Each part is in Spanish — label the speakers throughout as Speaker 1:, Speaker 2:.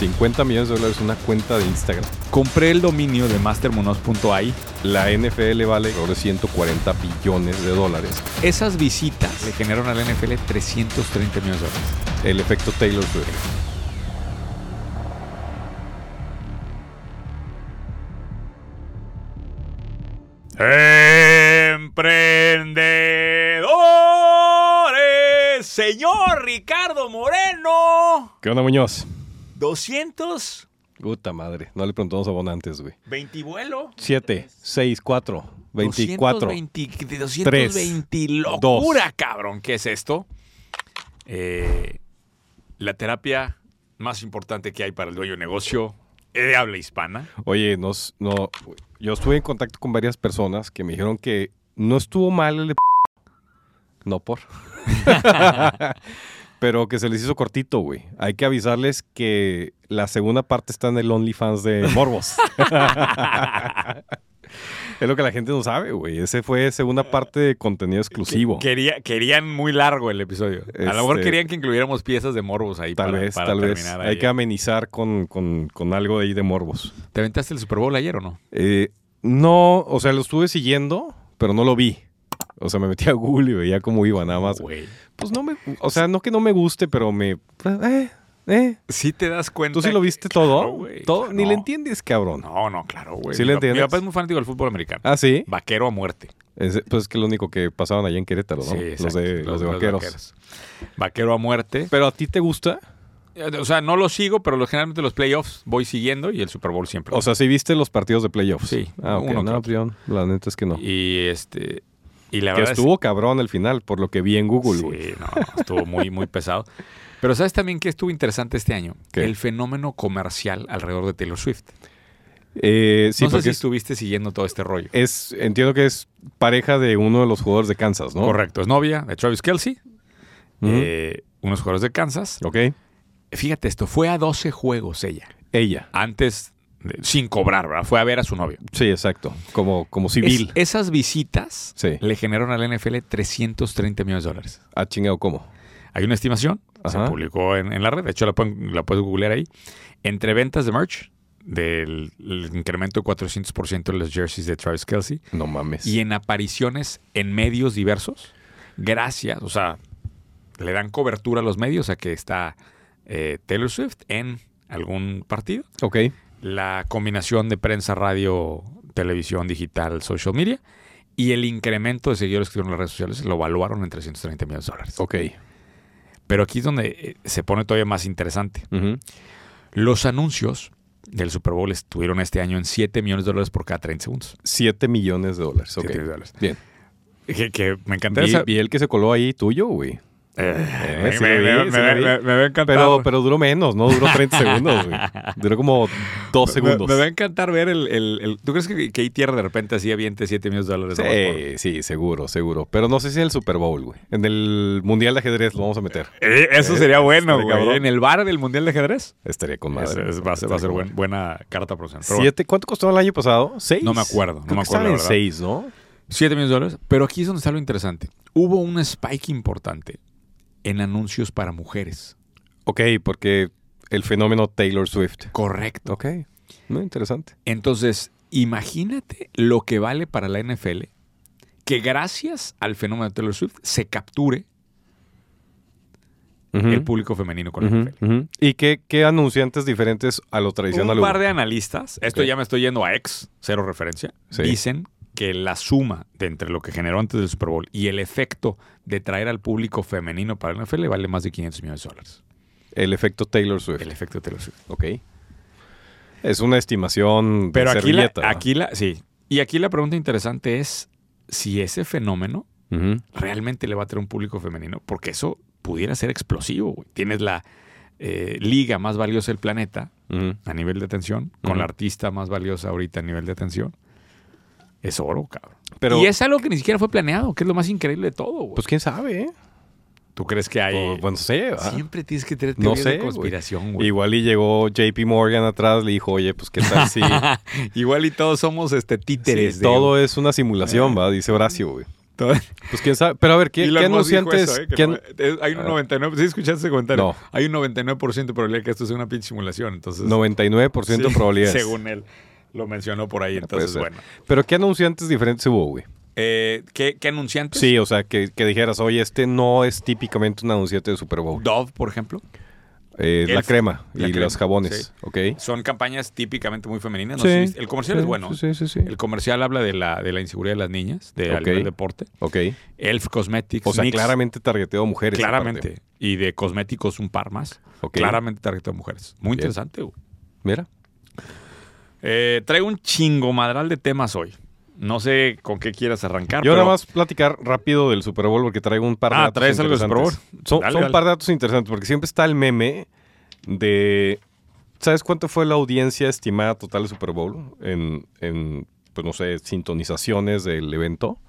Speaker 1: 50 millones de dólares una cuenta de Instagram.
Speaker 2: Compré el dominio de mastermonos.ai.
Speaker 1: La NFL vale alrededor de 140 billones de dólares.
Speaker 2: Esas visitas le generaron a la NFL 330 millones de dólares.
Speaker 1: El efecto Taylor Swift.
Speaker 2: Emprendedores, señor Ricardo Moreno.
Speaker 1: ¿Qué onda, Muñoz?
Speaker 2: 200,
Speaker 1: Puta madre. No le preguntamos a Bon antes, güey.
Speaker 2: 20 vuelo.
Speaker 1: 7, 6, 4, 24.
Speaker 2: 220, de 220 locura, cabrón. ¿Qué es esto? Eh, la terapia más importante que hay para el dueño de negocio eh, de habla hispana.
Speaker 1: Oye, nos, no, yo estuve en contacto con varias personas que me dijeron que no estuvo mal el de p- No por. Pero que se les hizo cortito, güey. Hay que avisarles que la segunda parte está en el OnlyFans de Morbos. es lo que la gente no sabe, güey. Ese fue segunda parte de contenido exclusivo.
Speaker 2: Quería, querían muy largo el episodio. A lo mejor
Speaker 1: Este-
Speaker 2: querían que incluyéramos piezas de morbos ahí
Speaker 1: Tal
Speaker 2: para,
Speaker 1: vez,
Speaker 2: para
Speaker 1: tal vez.
Speaker 2: terminar
Speaker 1: Hay
Speaker 2: ahí.
Speaker 1: que amenizar con, con- con algo de ahí de Morbos.
Speaker 2: ¿Te aventaste el Super Bowl ayer o no?
Speaker 1: Eh, no, o sea, lo estuve siguiendo, pero no lo vi. O sea, me metí a Google y veía cómo iba, nada más.
Speaker 2: Güey.
Speaker 1: Pues no me. O sea, no que no me guste, pero me. Eh, eh.
Speaker 2: Sí te das cuenta.
Speaker 1: ¿Tú sí lo viste
Speaker 2: que-
Speaker 1: todo?
Speaker 2: Claro, güey,
Speaker 1: todo
Speaker 2: claro.
Speaker 1: Ni le entiendes, cabrón.
Speaker 2: No, no, claro, güey.
Speaker 1: ¿Sí
Speaker 2: Mi
Speaker 1: le
Speaker 2: pa- Mi
Speaker 1: entiendes?
Speaker 2: papá es muy fanático del fútbol americano.
Speaker 1: Ah, sí.
Speaker 2: Vaquero a muerte.
Speaker 1: Es- pues es que lo único que pasaban allá en Querétaro, ¿no?
Speaker 2: Sí,
Speaker 1: los,
Speaker 2: exacto.
Speaker 1: de, los, de vaqueros.
Speaker 2: Vaquero a muerte.
Speaker 1: Pero a ti te gusta.
Speaker 2: Eh, O sea, no los sigo, pero lo- generalmente los playoffs voy siguiendo y el Super Bowl siempre.
Speaker 1: O sea, sí viste los partidos de playoffs.
Speaker 2: Sí,
Speaker 1: Ah, ok.
Speaker 2: uno que
Speaker 1: No,
Speaker 2: otro.
Speaker 1: Brion, la neta es que no.
Speaker 2: Y este. Y la
Speaker 1: que
Speaker 2: verdad es-
Speaker 1: estuvo cabrón el final, por lo que vi en Google,
Speaker 2: Sí,
Speaker 1: güey.
Speaker 2: no, no, estuvo muy, muy pesado. Pero ¿sabes también qué estuvo interesante este año?
Speaker 1: ¿Qué?
Speaker 2: El fenómeno comercial alrededor de Taylor Swift.
Speaker 1: Eh, sí,
Speaker 2: no sé
Speaker 1: porque
Speaker 2: si
Speaker 1: es-
Speaker 2: estuviste siguiendo todo este rollo.
Speaker 1: es, entiendo que es pareja de uno de los jugadores de Kansas, ¿no?
Speaker 2: Correcto, es novia de Travis Kelsey,
Speaker 1: Ujú.
Speaker 2: unos jugadores de Kansas.
Speaker 1: Ok.
Speaker 2: Fíjate esto, fue a 12 juegos ella,
Speaker 1: Ella.
Speaker 2: antes, de- sin cobrar, ¿verdad? Fue a ver a su novio.
Speaker 1: Sí, exacto. Como, como civil.
Speaker 2: Es- esas visitas
Speaker 1: Sí.
Speaker 2: le generaron al NFL 330 millones de dólares.
Speaker 1: Ah, chingado, ¿cómo?
Speaker 2: Hay una estimación,
Speaker 1: Ajá.
Speaker 2: se publicó en, en la red, de hecho la, pueden- la puedes googlear ahí. Entre ventas de merch, del el incremento de 400% de los jerseys de Travis Kelsey,
Speaker 1: No mames.
Speaker 2: y en apariciones en medios diversos, gracias, o sea, le dan cobertura a los medios a que está eh, Taylor Swift en algún partido.
Speaker 1: Ok.
Speaker 2: la combinación de prensa, radio, televisión, digital, social media y el incremento de seguidores que tuvieron las redes sociales lo evaluaron en 330 millones de dólares.
Speaker 1: Ok.
Speaker 2: Pero aquí es donde eh, se pone todavía más interesante.
Speaker 1: Ujú.
Speaker 2: Los anuncios del Super Bowl estuvieron este año en 7 millones de dólares por cada 30 segundos.
Speaker 1: Siete millones de dólares. Ok.
Speaker 2: Siete millones de dólares.
Speaker 1: Bien.
Speaker 2: Que, que me encantaría
Speaker 1: Vi,
Speaker 2: esa-
Speaker 1: vi el que se coló ahí tuyo, güey.
Speaker 2: Eh,
Speaker 1: Eh,
Speaker 2: me-
Speaker 1: sí
Speaker 2: me-
Speaker 1: lo vi,
Speaker 2: me-
Speaker 1: sí lo
Speaker 2: me-
Speaker 1: vi.
Speaker 2: me- me va a encantar.
Speaker 1: Pero, pero duró menos, ¿no? Duró 30 segundos, güey. Duró como dos
Speaker 2: Me-
Speaker 1: segundos.
Speaker 2: Me, va a encantar ver el... el- el- ¿Tú crees que, que tierra de repente hacía 20, 7 millones de dólares? nomás por-
Speaker 1: Sí, sí, seguro, seguro. Pero no sé si en el Super Bowl, güey. En el Mundial de Ajedrez lo vamos a meter.
Speaker 2: Eh, eso
Speaker 1: Eh,
Speaker 2: sería bueno,
Speaker 1: estaría
Speaker 2: güey.
Speaker 1: cabrón.
Speaker 2: En el bar del Mundial de Ajedrez.
Speaker 1: Estaría con
Speaker 2: Es-
Speaker 1: madre.
Speaker 2: es- va a ser, va a
Speaker 1: Estaría
Speaker 2: ser
Speaker 1: con
Speaker 2: buen- buena carta profesional. Pero bueno,
Speaker 1: Siete, ¿Cuánto costó el año pasado? ¿Seis?
Speaker 2: No me acuerdo, no
Speaker 1: Creo que
Speaker 2: me acuerdo,
Speaker 1: estaba
Speaker 2: la
Speaker 1: en
Speaker 2: verdad.
Speaker 1: seis, ¿no?
Speaker 2: siete millones de dólares. Pero aquí es donde está lo interesante. Hubo un spike importante en anuncios para mujeres.
Speaker 1: Ok, porque el fenómeno Taylor Swift.
Speaker 2: Correcto.
Speaker 1: Ok. Muy interesante.
Speaker 2: Entonces, imagínate lo que vale para la NFL que gracias al fenómeno de Taylor Swift se capture el público femenino con la NFL.
Speaker 1: Ujú, ujú. ¿Y qué, qué anunciantes diferentes a lo tradicional?
Speaker 2: Un par
Speaker 1: hubo?
Speaker 2: de analistas, esto
Speaker 1: Ok.
Speaker 2: ya me estoy yendo a ex, cero referencia,
Speaker 1: Sí.
Speaker 2: dicen que la suma de entre lo que generó antes del Super Bowl y el efecto de traer al público femenino para el NFL vale más de 500 millones de dólares.
Speaker 1: El efecto Taylor Swift.
Speaker 2: El efecto de Taylor Swift.
Speaker 1: Ok. Es una estimación
Speaker 2: Pero
Speaker 1: de
Speaker 2: aquí la,
Speaker 1: servilleta.
Speaker 2: aquí la, sí. Y aquí la pregunta interesante es si ese fenómeno
Speaker 1: Ujú.
Speaker 2: realmente le va a traer un público femenino, porque eso pudiera ser explosivo. güey. Tienes la eh, liga más valiosa del planeta
Speaker 1: Ujú.
Speaker 2: a nivel de atención, con
Speaker 1: Ujú.
Speaker 2: la artista más valiosa ahorita a nivel de atención. Es oro, cabrón.
Speaker 1: Pero,
Speaker 2: y es algo que ni siquiera fue planeado, que es lo más increíble de todo. güey.
Speaker 1: pues quién sabe, ¿eh?
Speaker 2: ¿Tú crees que hay...?
Speaker 1: O, bueno, no sé. ¿verdad?
Speaker 2: Siempre tienes que tener
Speaker 1: No
Speaker 2: teorías
Speaker 1: sé,
Speaker 2: de conspiración, güey.
Speaker 1: Igual y llegó JP Morgan atrás, le dijo, oye, pues qué tal si
Speaker 2: Igual y todos somos este
Speaker 1: si
Speaker 2: títeres. de-
Speaker 1: todo es una simulación, va, dice Horacio, güey. Pues quién sabe. Pero a ver, ¿qué,
Speaker 2: Elon
Speaker 1: qué
Speaker 2: Musk dijo
Speaker 1: anunciantes?
Speaker 2: eso, eh, que
Speaker 1: qué
Speaker 2: no-
Speaker 1: an-
Speaker 2: eh, hay un 99%, ¿sí escuchaste ese comentario?
Speaker 1: No.
Speaker 2: Hay un 99% de probabilidad que esto sea una pinche simulación, entonces...
Speaker 1: 99% de
Speaker 2: Sí,
Speaker 1: probabilidades.
Speaker 2: Según él, lo mencionó por ahí,
Speaker 1: No puede
Speaker 2: entonces
Speaker 1: ser.
Speaker 2: bueno.
Speaker 1: Pero ¿qué anunciantes diferentes hubo, güey?
Speaker 2: Eh, ¿qué, ¿Qué anunciantes?
Speaker 1: Sí, o sea, que, que dijeras, oye, este no es típicamente un anunciante de Super Bowl.
Speaker 2: Dove, por ejemplo.
Speaker 1: Eh,
Speaker 2: El-
Speaker 1: la crema
Speaker 2: la
Speaker 1: y
Speaker 2: crema,
Speaker 1: los jabones,
Speaker 2: sí.
Speaker 1: ¿ok?
Speaker 2: Son campañas típicamente muy femeninas. no
Speaker 1: Sí,
Speaker 2: sé si viste. el comercial
Speaker 1: sí,
Speaker 2: es bueno.
Speaker 1: Sí, sí, sí.
Speaker 2: El comercial habla de la, de la inseguridad de las niñas, de- al
Speaker 1: Ok.
Speaker 2: nivel deporte.
Speaker 1: Ok.
Speaker 2: Elf Cosmetics.
Speaker 1: O sea,
Speaker 2: Nix,
Speaker 1: claramente targeteo a mujeres. aparte.
Speaker 2: Claramente. Y de cosméticos un par más.
Speaker 1: Ok.
Speaker 2: Claramente tarjeta de mujeres. Muy
Speaker 1: Bien.
Speaker 2: interesante. güey.
Speaker 1: Mira.
Speaker 2: Eh, traigo un chingo madral de temas hoy. No sé con qué quieras arrancar.
Speaker 1: Yo
Speaker 2: Ah, pero-
Speaker 1: nada más platicar rápido del Super Bowl porque traigo un par de
Speaker 2: Ah,
Speaker 1: datos
Speaker 2: ¿traes algo del Super
Speaker 1: interesantes. Son,
Speaker 2: Dale,
Speaker 1: son
Speaker 2: dale.
Speaker 1: un par de datos interesantes porque siempre está el meme de... ¿Sabes cuánto fue la audiencia estimada total del Super Bowl? En, en, pues no sé, sintonizaciones del evento.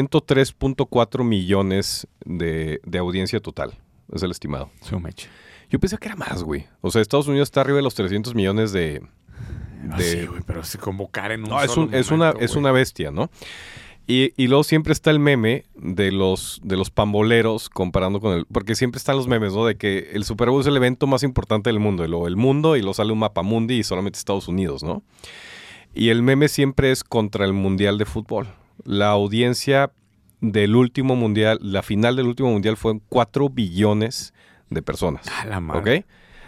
Speaker 1: 103.4 millones de, de audiencia total. Es el estimado.
Speaker 2: Soy un meche.
Speaker 1: Yo pensé que era más, güey. O sea, Estados Unidos está arriba de los 300 millones de,
Speaker 2: No,
Speaker 1: de-
Speaker 2: Ah, sí, güey, pero se convocar en un
Speaker 1: no, es,
Speaker 2: solo
Speaker 1: un- es una,
Speaker 2: momento,
Speaker 1: es
Speaker 2: güey.
Speaker 1: una bestia, ¿no? Y, y luego siempre está el meme de los, de los pamboleros comparando con el... Porque siempre están los memes, ¿no? De que el Super Bowl es el evento más importante del mundo. Y luego el mundo y luego sale un mapamundi y solamente Estados Unidos, ¿no? Y el meme siempre es contra el Mundial de Fútbol. La audiencia del último Mundial, la final del último Mundial fue 4 billones de personas.
Speaker 2: A la madre.
Speaker 1: ¿Ok?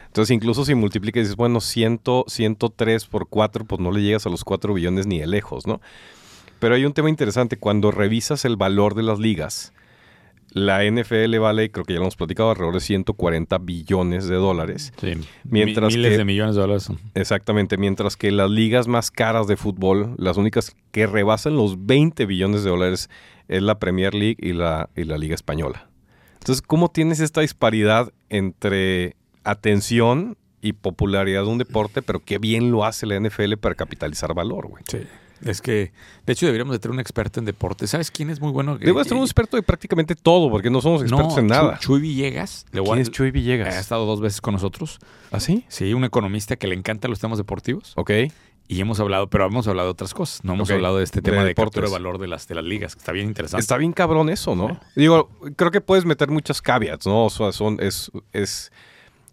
Speaker 1: Entonces, incluso si multiplicas y dices, bueno, 100, 103 por 4, pues no le llegas a los 4 billones ni de lejos, ¿no? Pero hay un tema interesante. Cuando revisas el valor de las ligas, la NFL vale, creo que ya lo hemos platicado, alrededor de 140 billones de dólares.
Speaker 2: Sí.
Speaker 1: Mientras
Speaker 2: Mi- miles
Speaker 1: que-
Speaker 2: de millones de dólares.
Speaker 1: Exactamente, mientras que las ligas más caras de fútbol, las únicas que rebasan los 20 billones de dólares, es la Premier League y la, y la Liga Española. Entonces, ¿cómo tienes esta disparidad entre atención y popularidad de un deporte, pero qué bien lo hace la NFL para capitalizar valor, güey?
Speaker 2: Sí. Es que, de hecho, deberíamos de tener un experto en deporte. ¿Sabes quién es muy bueno?
Speaker 1: Debo ser un experto de prácticamente todo, porque no somos
Speaker 2: Eh, No,
Speaker 1: expertos en
Speaker 2: Chu-
Speaker 1: nada.
Speaker 2: Chuy Villegas. Le voy a-
Speaker 1: ¿Quién es Chuy
Speaker 2: Ha
Speaker 1: Villegas?
Speaker 2: estado dos veces con nosotros.
Speaker 1: ¿Ah, sí?
Speaker 2: Sí, un economista que le encantan los temas deportivos.
Speaker 1: Ok,
Speaker 2: Y hemos hablado, pero hemos hablado de otras cosas. No hemos
Speaker 1: Ok.
Speaker 2: hablado de este
Speaker 1: De
Speaker 2: tema de,
Speaker 1: deportes.
Speaker 2: captura de valor de las, de las ligas, que está bien interesante.
Speaker 1: Está bien cabrón eso, ¿no? Digo, creo que puedes meter muchas caveats, ¿no? O sea, son, es, es,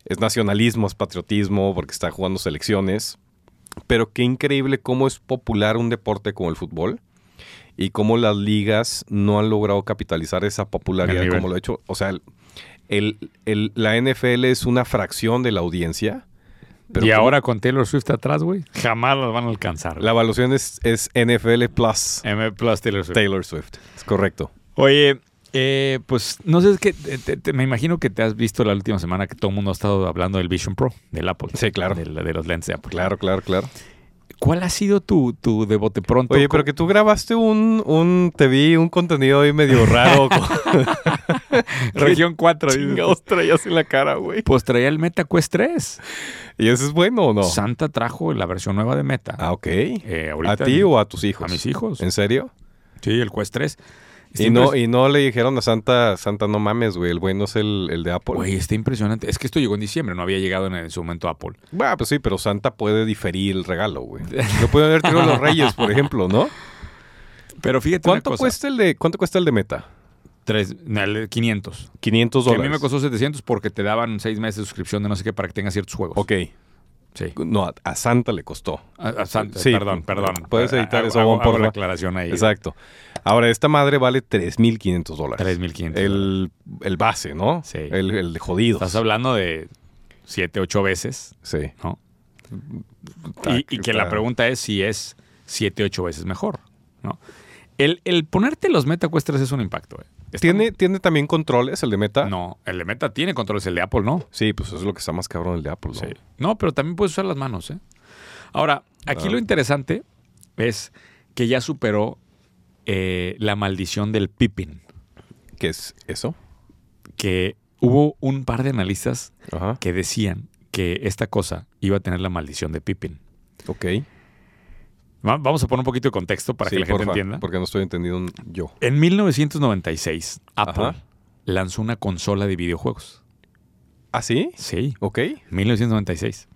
Speaker 1: es nacionalismo, es patriotismo, porque está jugando selecciones. Pero qué increíble cómo es popular un deporte como el fútbol y cómo las ligas no han logrado capitalizar esa
Speaker 2: El
Speaker 1: popularidad
Speaker 2: nivel.
Speaker 1: como lo ha hecho. O sea, el, el- el- la NFL es una fracción de la audiencia. pero
Speaker 2: y
Speaker 1: cómo-
Speaker 2: ahora con Taylor Swift atrás, güey, jamás las van a alcanzar.
Speaker 1: La evaluación es, es NFL plus
Speaker 2: M plus Taylor Swift.
Speaker 1: Taylor Swift. Es correcto.
Speaker 2: Oye, eh, pues no sé, es que te- te- te- me imagino que te has visto la última semana que todo el mundo ha estado hablando del Vision Pro, del Apple.
Speaker 1: Sí, claro.
Speaker 2: del- De, los lentes de Apple.
Speaker 1: Claro, claro, claro.
Speaker 2: ¿Cuál ha sido tu, tu de bote pronto?
Speaker 1: Oye, pero que tú grabaste un, un, te vi un contenido ahí medio raro.
Speaker 2: Región 4. dices.
Speaker 1: traías en la cara, güey.
Speaker 2: Pues traía el Meta Quest 3.
Speaker 1: ¿Y eso es bueno o no?
Speaker 2: Santa trajo la versión nueva de Meta.
Speaker 1: Oh. Ah, ok.
Speaker 2: Eh, ahorita
Speaker 1: ¿A ti o a tus hijos?
Speaker 2: a mis hijos. Este, pues
Speaker 1: ¿En serio?
Speaker 2: Sí, el Quest 3. Está
Speaker 1: Y no,
Speaker 2: impres-
Speaker 1: y no le dijeron a Santa, Santa, no mames, güey, el bueno es el, el de Apple.
Speaker 2: Güey, está impresionante. Es que esto llegó en diciembre, no había llegado en, en su momento Apple.
Speaker 1: Bah, pues sí, pero Santa puede diferir el regalo, güey. No puede haber tirado los reyes, por ejemplo, ¿no?
Speaker 2: Pero fíjate una
Speaker 1: ¿Cuánto
Speaker 2: cosa.
Speaker 1: cuesta el de, cuánto cuesta el de Meta?
Speaker 2: Tres- no, el de 500.
Speaker 1: 500
Speaker 2: Que a
Speaker 1: dólares.
Speaker 2: mí me costó 700 porque te daban 6 meses de suscripción de no sé qué para que tengas ciertos juegos.
Speaker 1: Ok.
Speaker 2: Sí.
Speaker 1: No, a- a Santa le costó.
Speaker 2: A- a Santa,
Speaker 1: Sí.
Speaker 2: perdón, perdón. Ah,
Speaker 1: Puedes editar
Speaker 2: Hago-
Speaker 1: eso,
Speaker 2: hago-
Speaker 1: Juan,
Speaker 2: hago
Speaker 1: porfa.
Speaker 2: la aclaración ahí.
Speaker 1: Exacto. Ahora, esta madre vale 3.500 dólares.
Speaker 2: 3,500
Speaker 1: El, el base, ¿no?
Speaker 2: Sí.
Speaker 1: El, el de jodido.
Speaker 2: Estás hablando de 7, 8 veces,
Speaker 1: Sí.
Speaker 2: ¿no?
Speaker 1: Está-
Speaker 2: Y, y que la
Speaker 1: está-
Speaker 2: pregunta es si es 7, 8 veces mejor, ¿no? El, el ponerte los meta Quest 3 es un impacto. eh. Está-
Speaker 1: ¿Tiene, ¿Tiene también controles el de Meta?
Speaker 2: No, el de meta tiene controles, el de Apple no.
Speaker 1: Sí, pues eso es lo que está más cabrón el de Apple, ¿no?
Speaker 2: Sí. No, pero también puedes usar las manos. ¿eh? Ahora, aquí
Speaker 1: Ah.
Speaker 2: lo interesante es que ya superó eh, la maldición del pippin,
Speaker 1: ¿Qué es eso?
Speaker 2: que hubo un par de analistas
Speaker 1: Ajá.
Speaker 2: que decían que esta cosa iba a tener la maldición de pippin.
Speaker 1: Ok.
Speaker 2: Va- Vamos a poner un poquito de contexto para
Speaker 1: Sí,
Speaker 2: que la gente
Speaker 1: porfa,
Speaker 2: entienda.
Speaker 1: Porque no estoy entendiendo un- yo.
Speaker 2: En 1996, Apple
Speaker 1: Ajá.
Speaker 2: lanzó una consola de videojuegos.
Speaker 1: ¿Ah, sí?
Speaker 2: Sí,
Speaker 1: Ok.
Speaker 2: 1996.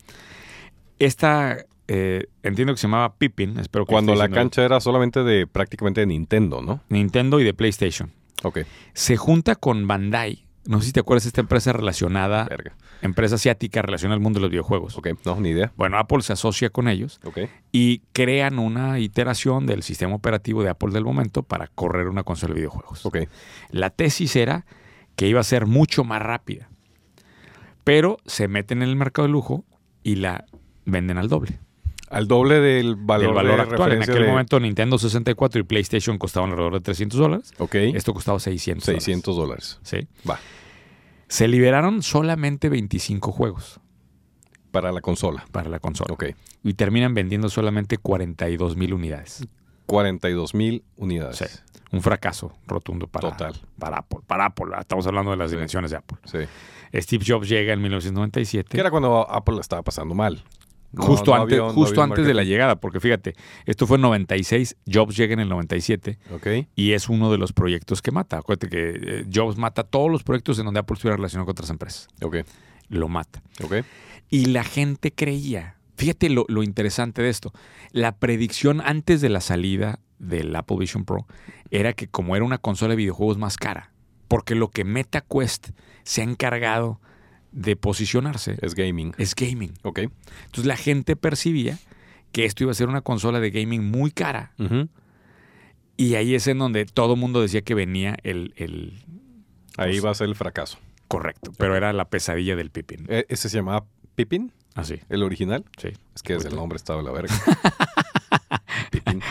Speaker 2: Esta eh, entiendo que se llamaba Pippin, espero que
Speaker 1: Cuando
Speaker 2: esté
Speaker 1: la
Speaker 2: diciendo-
Speaker 1: cancha era solamente de prácticamente de Nintendo, ¿no?
Speaker 2: Nintendo y de PlayStation.
Speaker 1: Ok,
Speaker 2: Se junta con Bandai. No sé si te acuerdas esta empresa relacionada,
Speaker 1: verga.
Speaker 2: empresa asiática relacionada al mundo de los videojuegos.
Speaker 1: Ok, no, ni idea.
Speaker 2: Bueno, Apple se asocia con ellos
Speaker 1: Ok,
Speaker 2: y crean una iteración del sistema operativo de Apple del momento para correr una consola de videojuegos.
Speaker 1: ok.
Speaker 2: La tesis era que iba a ser mucho más rápida. Pero se meten en el mercado de lujo y la venden al doble.
Speaker 1: Al doble del valor,
Speaker 2: Del valor
Speaker 1: de
Speaker 2: actual. En
Speaker 1: referencia
Speaker 2: aquel
Speaker 1: de-
Speaker 2: momento Nintendo 64 y PlayStation costaban alrededor de 300 dólares.
Speaker 1: Ok,
Speaker 2: Esto costaba 600. dólares.
Speaker 1: 600 dólares.
Speaker 2: Sí.
Speaker 1: Va,
Speaker 2: Se liberaron solamente 25 juegos
Speaker 1: para la consola.
Speaker 2: para la consola.
Speaker 1: Ok,
Speaker 2: Y terminan vendiendo solamente 42 mil unidades.
Speaker 1: 42 mil
Speaker 2: Sí.
Speaker 1: unidades.
Speaker 2: Un fracaso rotundo para,
Speaker 1: Total.
Speaker 2: para Apple. Para Apple. Estamos hablando de las
Speaker 1: Sí.
Speaker 2: dimensiones de Apple.
Speaker 1: Sí.
Speaker 2: Steve Jobs llega en 1997.
Speaker 1: Que era cuando Apple la estaba pasando mal. No-
Speaker 2: Justo
Speaker 1: no
Speaker 2: antes,
Speaker 1: había- no
Speaker 2: justo
Speaker 1: había un
Speaker 2: antes de la llegada, porque fíjate, esto fue en 96, Jobs llega en el 97
Speaker 1: marketing. Ok,
Speaker 2: y es uno de los proyectos que mata. Acuérdate que eh, Jobs mata todos los proyectos en donde Apple estuviera relacionado con otras empresas.
Speaker 1: ok,
Speaker 2: Lo mata.
Speaker 1: ok.
Speaker 2: Y la gente creía. Fíjate lo, lo interesante de esto. La predicción antes de la salida del Apple Vision Pro era que como era una consola de videojuegos más cara, porque lo que MetaQuest se ha encargado de posicionarse
Speaker 1: Es gaming.
Speaker 2: es gaming.
Speaker 1: Ok.
Speaker 2: Entonces la gente percibía que esto iba a ser una consola de gaming muy cara.
Speaker 1: Ujú.
Speaker 2: Y ahí es en donde todo el mundo decía que venía el, el
Speaker 1: Ahí
Speaker 2: Pues
Speaker 1: va a ser el fracaso.
Speaker 2: correcto. Pero era la pesadilla del Pippin.
Speaker 1: E- ¿Ese se llamaba Pippin?
Speaker 2: Así,
Speaker 1: ¿El original?
Speaker 2: sí.
Speaker 1: Es que desde
Speaker 2: Ahorita.
Speaker 1: el nombre estaba la verga. Pippin.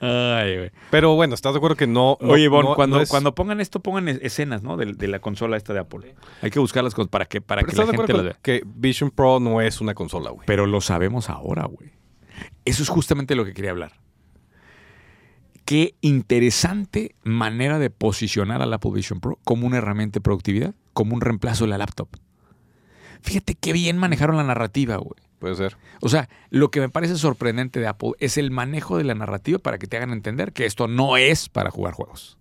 Speaker 2: Ay, güey.
Speaker 1: Pero bueno, ¿estás de acuerdo que no... no-
Speaker 2: Oye, Ivonne,
Speaker 1: no-
Speaker 2: cuando,
Speaker 1: no es-
Speaker 2: cuando pongan esto, pongan es- escenas, ¿no? De, de la consola esta de Apple. Hay que buscarlas con- para que, para
Speaker 1: Pero
Speaker 2: que la
Speaker 1: ¿Estás de
Speaker 2: gente
Speaker 1: acuerdo
Speaker 2: las
Speaker 1: con-
Speaker 2: vea.
Speaker 1: que Vision Pro no es una consola, güey?
Speaker 2: Pero lo sabemos ahora, güey. Eso es justamente lo que quería hablar. Qué interesante manera de posicionar a la Apple Vision Pro como una herramienta de productividad, como un reemplazo de la laptop. Fíjate qué bien manejaron la narrativa, güey.
Speaker 1: Puede ser.
Speaker 2: O sea, lo que me parece sorprendente de Apple es el manejo de la narrativa para que te hagan entender que esto no es para jugar juegos.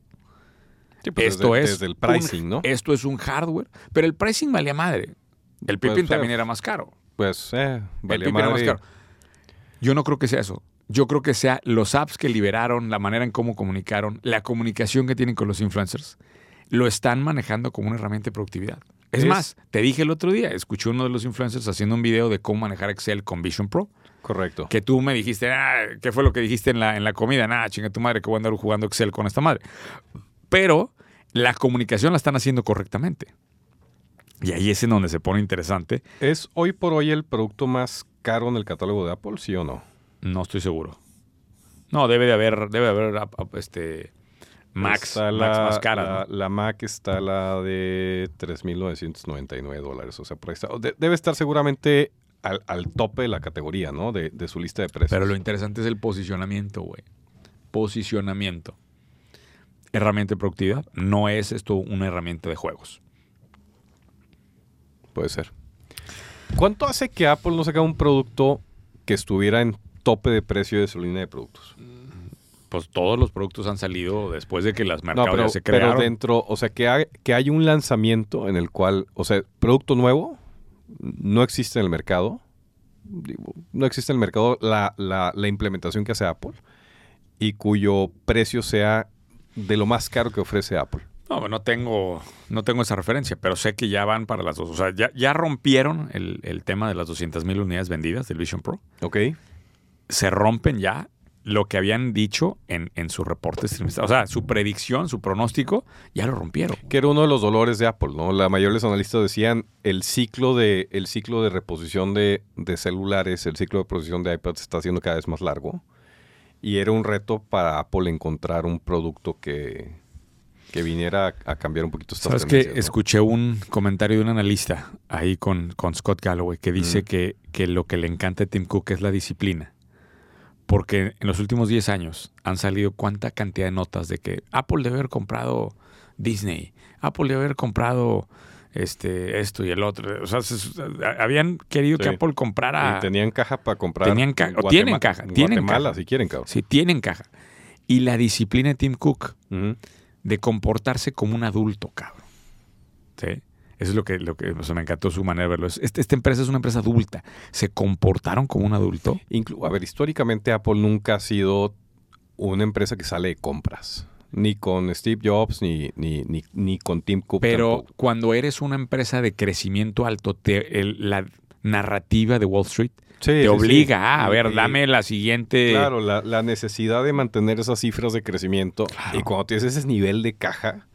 Speaker 1: Sí, pues
Speaker 2: esto
Speaker 1: desde-
Speaker 2: es
Speaker 1: Desde el
Speaker 2: un- e-
Speaker 1: pricing, ¿no?
Speaker 2: Esto es un hardware, pero el pricing valía madre. El
Speaker 1: Pues,
Speaker 2: Pippin
Speaker 1: o sea,
Speaker 2: también era más caro.
Speaker 1: Pues, eh, valía
Speaker 2: el Pippin era más
Speaker 1: madre.
Speaker 2: caro. Yo no creo que sea eso. Yo creo que sea los apps que liberaron, la manera en cómo comunicaron, la comunicación que tienen con los influencers, lo están manejando como una herramienta de productividad. Es,
Speaker 1: Es-
Speaker 2: más, te dije el otro día, escuché uno de los influencers haciendo un video de cómo manejar Excel con Vision Pro,
Speaker 1: Correcto.
Speaker 2: que tú me dijiste, ah, ¿qué fue lo que dijiste en la, en la comida? Nada, chinga tu madre que voy a andar jugando Excel con esta madre. Pero la comunicación la están haciendo correctamente. Y ahí es en donde se pone interesante.
Speaker 1: ¿Es hoy por hoy el producto más caro en el catálogo de Apple, sí o no?
Speaker 2: No estoy seguro. No, debe de haber, debe de haber ah, ah, este Max,
Speaker 1: Está la,
Speaker 2: Max más cara.
Speaker 1: La,
Speaker 2: ¿no?
Speaker 1: la Mac está la de 3.999 dólares. O sea, por ahí está. De- debe estar seguramente al, al tope de la categoría, ¿no? De, de su lista de precios.
Speaker 2: Pero lo interesante es el posicionamiento, güey. Posicionamiento. Herramienta de productividad. No es esto una herramienta de juegos.
Speaker 1: Puede ser. ¿Cuánto hace que Apple no saca un producto que estuviera en tope de precio de su línea de productos?
Speaker 2: Pues todos los productos han salido después de que las
Speaker 1: No,
Speaker 2: mercados
Speaker 1: pero,
Speaker 2: ya se
Speaker 1: pero
Speaker 2: crearon.
Speaker 1: dentro, o sea, que hay, que hay un lanzamiento en el cual, o sea, producto nuevo no existe en el mercado. Digo, no existe en el mercado la, la- la implementación que hace Apple y cuyo precio sea de lo más caro que ofrece Apple.
Speaker 2: No, no tengo, no tengo esa referencia, pero sé que ya van para las dos. O sea, ya, ya rompieron el, el tema de las 200 mil unidades vendidas del Vision Pro.
Speaker 1: ¿Ok?
Speaker 2: Se rompen ya lo que habían dicho en, en sus reportes trimestrales. O sea, su predicción, su pronóstico, ya lo rompieron.
Speaker 1: Que era uno de los dolores de Apple, ¿no? La mayoría de los analistas decían el ciclo de, el ciclo de reposición de, de celulares, el ciclo de reposición de iPads está siendo cada vez más largo. Y era un reto para Apple encontrar un producto que, que viniera a, a cambiar un poquito estas
Speaker 2: Sabes que
Speaker 1: tendencias, ¿no?
Speaker 2: escuché un comentario de un analista ahí con, con Scott Galloway que dice
Speaker 1: Mm.
Speaker 2: que, que lo que le encanta a Tim Cook es la disciplina. Porque en los últimos 10 años han salido cuánta cantidad de notas de que Apple debe haber comprado Disney, Apple debe haber comprado este esto y el otro. O sea, se- a- habían querido
Speaker 1: Sí.
Speaker 2: que Apple comprara.
Speaker 1: Y tenían caja para comprar.
Speaker 2: Ah. Tenían ca-
Speaker 1: en
Speaker 2: o tienen
Speaker 1: Guatema-
Speaker 2: caja,
Speaker 1: en
Speaker 2: tienen
Speaker 1: Guatemala,
Speaker 2: caja.
Speaker 1: si quieren, cabrón.
Speaker 2: Sí, tienen caja. Y la disciplina de Tim Cook
Speaker 1: Ujú.
Speaker 2: de comportarse como un adulto, cabrón. ¿Sí? Eso es lo que, lo que o sea, me encantó su manera de verlo. Es- este- esta empresa es una empresa adulta. Se comportaron como un adulto.
Speaker 1: Inclu- a ver, históricamente Apple nunca ha sido una empresa que sale de compras. Ni con Steve Jobs, ni, ni, ni, ni con Tim Cook.
Speaker 2: Pero
Speaker 1: tampoco.
Speaker 2: cuando eres una empresa de crecimiento alto, te- el- la narrativa de Wall Street
Speaker 1: Sí, sí,
Speaker 2: te
Speaker 1: sí.
Speaker 2: obliga ah, a ver,
Speaker 1: Y-
Speaker 2: dame la siguiente.
Speaker 1: Claro, la, la necesidad de mantener esas cifras de crecimiento.
Speaker 2: Claro.
Speaker 1: Y cuando tienes ese nivel de caja,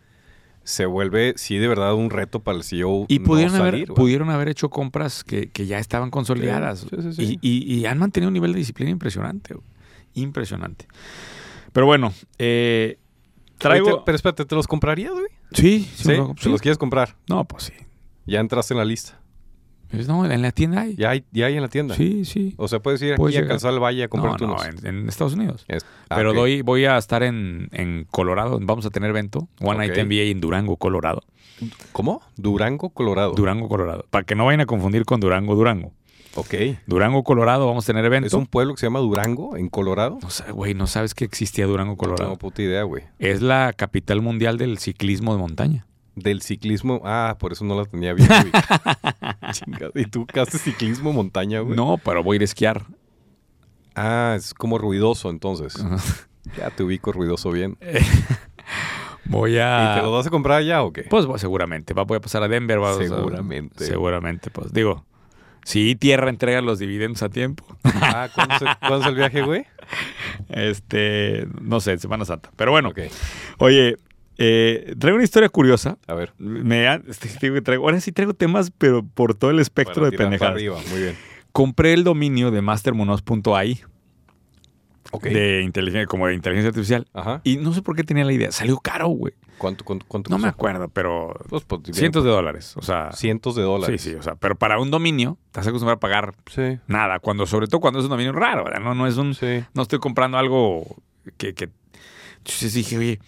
Speaker 1: se vuelve, sí, de verdad, un reto para el CEO.
Speaker 2: Y
Speaker 1: no
Speaker 2: pudieron, haber,
Speaker 1: salir, güey.
Speaker 2: pudieron haber hecho compras que, que ya estaban consolidadas.
Speaker 1: Sí, sí, sí.
Speaker 2: Y, y- y han mantenido un nivel de disciplina impresionante. güey. Impresionante. Pero bueno, eh,
Speaker 1: Oye,
Speaker 2: traigo...
Speaker 1: te- pero espérate, ¿te los comprarías, güey?
Speaker 2: sí, sí,
Speaker 1: Sí,
Speaker 2: me lo-
Speaker 1: ¿Te los quieres comprar?
Speaker 2: No, pues sí.
Speaker 1: Ya entraste en la lista.
Speaker 2: Pues no, en la tienda hay.
Speaker 1: Ya hay, ya hay en la tienda.
Speaker 2: Sí, sí.
Speaker 1: O sea, puedes ir aquí
Speaker 2: Puedes
Speaker 1: a
Speaker 2: llegar.
Speaker 1: Calzada del Valle a
Speaker 2: No,
Speaker 1: comprarte
Speaker 2: no,
Speaker 1: unos.
Speaker 2: en, en Estados Unidos.
Speaker 1: Es- ah,
Speaker 2: Pero
Speaker 1: ok.
Speaker 2: doy, voy a estar en, en Colorado. Vamos a tener evento. One
Speaker 1: Ok.
Speaker 2: Night NBA en Durango, Colorado.
Speaker 1: ¿Cómo? Durango, Colorado.
Speaker 2: Durango, Colorado. Para que no vayan a confundir con Durango, Durango.
Speaker 1: ok.
Speaker 2: Durango, Colorado, vamos a tener evento.
Speaker 1: ¿Es un pueblo que se llama Durango, en Colorado?
Speaker 2: No sabes, güey, no sabes que existía Durango,
Speaker 1: No tengo
Speaker 2: Colorado.
Speaker 1: puta idea, güey.
Speaker 2: Es la capital mundial del ciclismo de montaña.
Speaker 1: Del ciclismo. Ah, por eso no la tenía bien. güey. Chingada. ¿Y tú qué haces ciclismo montaña, Ah, güey?
Speaker 2: No, pero voy a ir a esquiar.
Speaker 1: Ah, es como ruidoso entonces. ya te ubico ruidoso bien.
Speaker 2: Voy
Speaker 1: ¿Y te lo
Speaker 2: a.
Speaker 1: vas a comprar ya o qué?
Speaker 2: Pues bueno, seguramente. Va, voy a pasar a Denver. va-
Speaker 1: Seguramente.
Speaker 2: seguramente, pues. Digo, si tierra entrega los dividendos a tiempo.
Speaker 1: Ah, ¿cuándo, se- cuándo es el viaje, güey?
Speaker 2: Este, no sé, Semana Santa. Pero bueno,
Speaker 1: Ok,
Speaker 2: oye, eh, traigo una historia curiosa.
Speaker 1: a ver.
Speaker 2: Me ha- este, te digo que traigo- ahora sí traigo temas, pero por todo el espectro
Speaker 1: Para
Speaker 2: de
Speaker 1: tirar para
Speaker 2: pendejadas.
Speaker 1: arriba, muy bien.
Speaker 2: Compré el dominio de mastermonos.ai
Speaker 1: Ok.
Speaker 2: de inteligencia, como de inteligencia artificial.
Speaker 1: Ajá.
Speaker 2: Y no sé por qué tenía la idea. Salió caro, güey.
Speaker 1: ¿Cuánto, cuánto, cuánto
Speaker 2: No me
Speaker 1: costó?
Speaker 2: acuerdo, pero
Speaker 1: Pues, pues, bien,
Speaker 2: cientos de dólares. O sea,
Speaker 1: cientos de
Speaker 2: sí,
Speaker 1: dólares.
Speaker 2: sí. O sea, pero para un dominio, estás acostumbrado a pagar
Speaker 1: Sí,
Speaker 2: nada. Cuando, sobre todo cuando es un dominio raro, ¿verdad? No, no es un.
Speaker 1: sí.
Speaker 2: No estoy comprando algo que. que- Entonces dije, oye,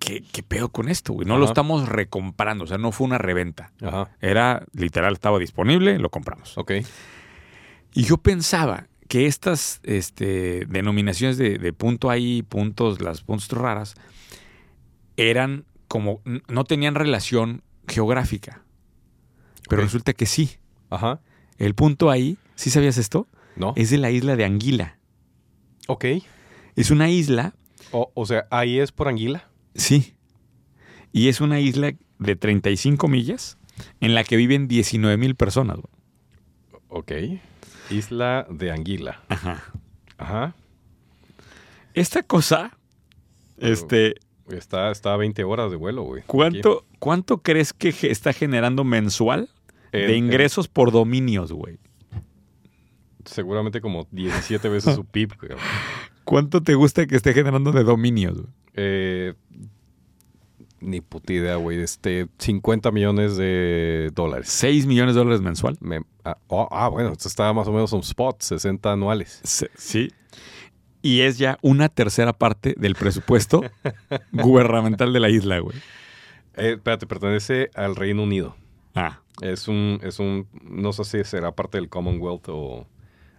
Speaker 2: ¿qué, qué pedo con esto, güey? No lo
Speaker 1: Ajá.
Speaker 2: estamos recomprando. O sea, no fue una reventa.
Speaker 1: Ajá.
Speaker 2: Era literal, estaba disponible, lo compramos.
Speaker 1: Ok.
Speaker 2: Y yo pensaba que estas este, denominaciones de, de punto ahí, puntos, las puntos raras, eran como, n- no tenían relación geográfica. Pero
Speaker 1: Ok.
Speaker 2: resulta que sí.
Speaker 1: Ajá.
Speaker 2: El punto ahí, ¿sí sabías esto?
Speaker 1: ¿No?
Speaker 2: Es de la isla de Anguila.
Speaker 1: Ok.
Speaker 2: Es una isla,
Speaker 1: O, o sea, ahí es por anguila.
Speaker 2: sí. Y es una isla de 35 millas en la que viven 19 mil personas. güey.
Speaker 1: Ok. Isla de anguila.
Speaker 2: Ajá.
Speaker 1: Ajá.
Speaker 2: Esta cosa, este,
Speaker 1: Está, está a 20 horas de vuelo, güey.
Speaker 2: ¿Cuánto, ¿Cuánto crees que ge- está generando mensual
Speaker 1: Aquí. En-
Speaker 2: de ingresos por dominios, güey?
Speaker 1: en- seguramente como 17 veces su PIB, güey.
Speaker 2: ¿Cuánto te gusta que esté generando de dominios? güey?
Speaker 1: Eh, ni puta idea, güey. Este, 50 millones de dólares.
Speaker 2: 6 millones de dólares mensual.
Speaker 1: Me- ah, oh, ah, bueno, esto está más o menos un spot, 60 anuales.
Speaker 2: Se- Sí. Y es ya una tercera parte del presupuesto gubernamental de la isla, güey.
Speaker 1: Eh, espérate, pertenece al Reino Unido.
Speaker 2: Ah,
Speaker 1: Es un, es un, no sé si será parte del Commonwealth o...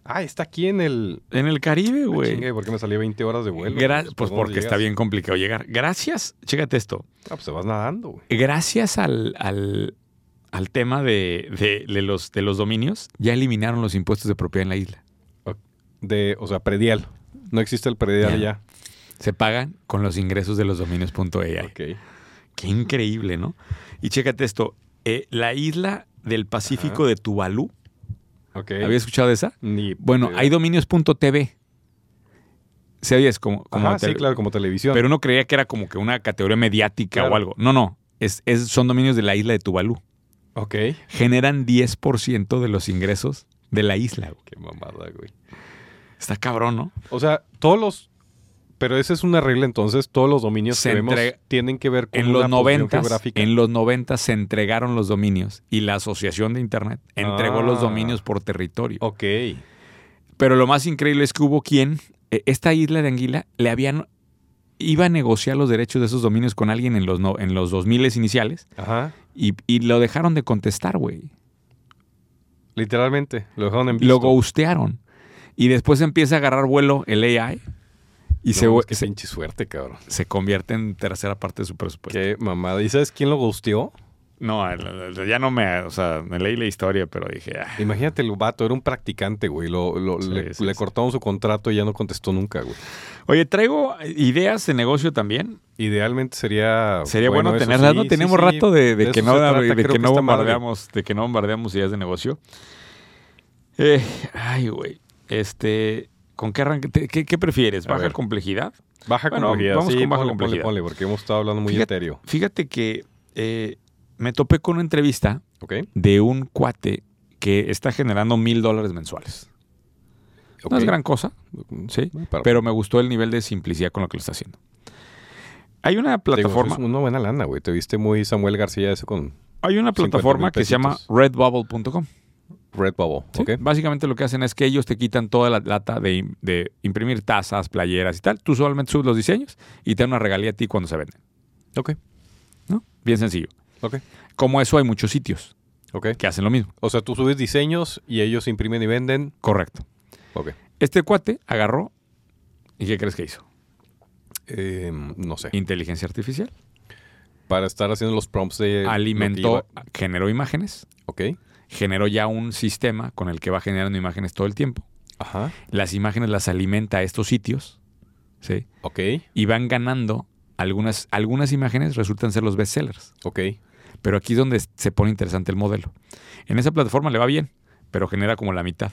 Speaker 1: Ah, está aquí en el...
Speaker 2: en el Caribe,
Speaker 1: Ah,
Speaker 2: güey.
Speaker 1: chinga, ¿Por qué me salí 20 horas de vuelo?
Speaker 2: Gra-
Speaker 1: ¿por
Speaker 2: pues
Speaker 1: dónde
Speaker 2: porque está
Speaker 1: llegas?
Speaker 2: bien complicado llegar. Gracias, chécate esto.
Speaker 1: Ah, pues se vas nadando, güey.
Speaker 2: Gracias al, al- al tema de, de- de los, de los dominios, ya eliminaron los impuestos de propiedad en la isla.
Speaker 1: De, o sea, predial. No existe el predial
Speaker 2: Ya.
Speaker 1: ya.
Speaker 2: se pagan con los ingresos de los dominios.ai.
Speaker 1: Ok.
Speaker 2: Qué increíble, ¿no? Y chécate esto. eh, la isla del Pacífico
Speaker 1: Ajá.
Speaker 2: de Tuvalu.
Speaker 1: Ok.
Speaker 2: ¿Habías escuchado de esa?
Speaker 1: Ni
Speaker 2: Bueno,
Speaker 1: idea.
Speaker 2: hay dominios.tv. ¿Sabías? Como, como
Speaker 1: Ajá, sí,
Speaker 2: tele-
Speaker 1: claro, como televisión.
Speaker 2: Pero uno creía que era como que una categoría mediática
Speaker 1: Claro.
Speaker 2: o algo. No, no. Es, es- son dominios de la isla de Tuvalu.
Speaker 1: ok. Qué
Speaker 2: Generan 10% de los ingresos de la isla. güey.
Speaker 1: mamada, güey.
Speaker 2: Está cabrón, ¿no?
Speaker 1: O sea, todos los... Pero esa es una regla, entonces, todos los dominios
Speaker 2: Se
Speaker 1: que vemos
Speaker 2: entrega-
Speaker 1: tienen que ver con
Speaker 2: En los,
Speaker 1: una posición
Speaker 2: 90,
Speaker 1: geográfica.
Speaker 2: en los 90 se entregaron los dominios y la Asociación de Internet entregó
Speaker 1: Ah.
Speaker 2: los dominios por territorio.
Speaker 1: Ok.
Speaker 2: Pero lo más increíble es que hubo quien, eh, esta isla de Anguila, le habían, iba a negociar los derechos de esos dominios con alguien en los, no- en los 2000 iniciales
Speaker 1: Ajá.
Speaker 2: y, y lo dejaron de contestar, güey.
Speaker 1: Literalmente. Lo dejaron en visto.
Speaker 2: Lo ghostearon. Y después empieza a agarrar vuelo el AI y
Speaker 1: No,
Speaker 2: se,
Speaker 1: mames, qué
Speaker 2: se,
Speaker 1: pinche suerte, cabrón.
Speaker 2: se convierte en tercera parte de su presupuesto.
Speaker 1: Qué mamada. ¿Y sabes quién lo gusteó?
Speaker 2: No, ya no me. O sea, me leí la historia, pero dije. ah,
Speaker 1: Imagínate el vato, era un practicante, güey. Lo, lo-
Speaker 2: Sí,
Speaker 1: le,
Speaker 2: sí,
Speaker 1: le
Speaker 2: sí.
Speaker 1: cortaron su contrato y ya no contestó nunca, güey.
Speaker 2: Oye, traigo ideas de negocio también.
Speaker 1: Idealmente sería.
Speaker 2: Sería bueno,
Speaker 1: Oh, eso
Speaker 2: tenerlas.
Speaker 1: sí,
Speaker 2: no
Speaker 1: sí,
Speaker 2: tenemos
Speaker 1: sí,
Speaker 2: rato de, de que
Speaker 1: eso
Speaker 2: no,
Speaker 1: se trata,
Speaker 2: de
Speaker 1: creo
Speaker 2: que no
Speaker 1: esta madre.
Speaker 2: bombardeamos, de que no bombardeamos ideas de negocio. Eh, ay, güey. Este, ¿con qué arranque? Te- ¿Qué, qué prefieres?
Speaker 1: A
Speaker 2: ¿Baja
Speaker 1: ver.
Speaker 2: complejidad?
Speaker 1: Baja
Speaker 2: Bueno,
Speaker 1: complejidad.
Speaker 2: vamos
Speaker 1: sí,
Speaker 2: con baja
Speaker 1: ponle, ponle,
Speaker 2: complejidad.
Speaker 1: ponle, porque hemos estado hablando muy
Speaker 2: Fíjate-
Speaker 1: etéreo.
Speaker 2: Fíjate que eh, me topé con una entrevista
Speaker 1: ¿Ok?
Speaker 2: de un cuate que está generando mil dólares mensuales. No es
Speaker 1: Ok.
Speaker 2: gran cosa, sí,
Speaker 1: Bueno,
Speaker 2: pero me gustó el nivel de simplicidad con lo que lo está haciendo. Hay una
Speaker 1: te digo,
Speaker 2: plataforma,
Speaker 1: Es una buena lana, güey. Te viste muy Samuel García eso con
Speaker 2: hay una
Speaker 1: 50,000
Speaker 2: plataforma que se llama
Speaker 1: pesitos.
Speaker 2: redbubble.com.
Speaker 1: Redbubble.
Speaker 2: ¿sí?
Speaker 1: ¿Ok?
Speaker 2: Básicamente lo que hacen es que ellos te quitan toda la lata de, im- de imprimir tazas, playeras y tal. Tú solamente subes los diseños y te dan una regalía a ti cuando se venden.
Speaker 1: Ok.
Speaker 2: ¿no? Bien sencillo.
Speaker 1: Ok.
Speaker 2: Como eso hay muchos sitios
Speaker 1: Ok.
Speaker 2: que hacen lo mismo.
Speaker 1: O sea, tú subes diseños y ellos imprimen y venden.
Speaker 2: Correcto.
Speaker 1: Ok.
Speaker 2: Este cuate agarró y ¿qué crees que hizo?
Speaker 1: Eh, no sé.
Speaker 2: Inteligencia artificial.
Speaker 1: Para estar haciendo los prompts de. Eh, lo
Speaker 2: Alimentó,
Speaker 1: que
Speaker 2: generó imágenes,
Speaker 1: iba- Ok.
Speaker 2: generó ya un sistema con el que va generando imágenes todo el tiempo.
Speaker 1: Ajá.
Speaker 2: Las imágenes las alimenta a estos sitios, ¿sí?
Speaker 1: Ok.
Speaker 2: Y van ganando algunas, algunas imágenes resultan ser los bestsellers.
Speaker 1: Ok.
Speaker 2: Pero aquí es donde se pone interesante el modelo. En esa plataforma le va bien, pero genera como la mitad.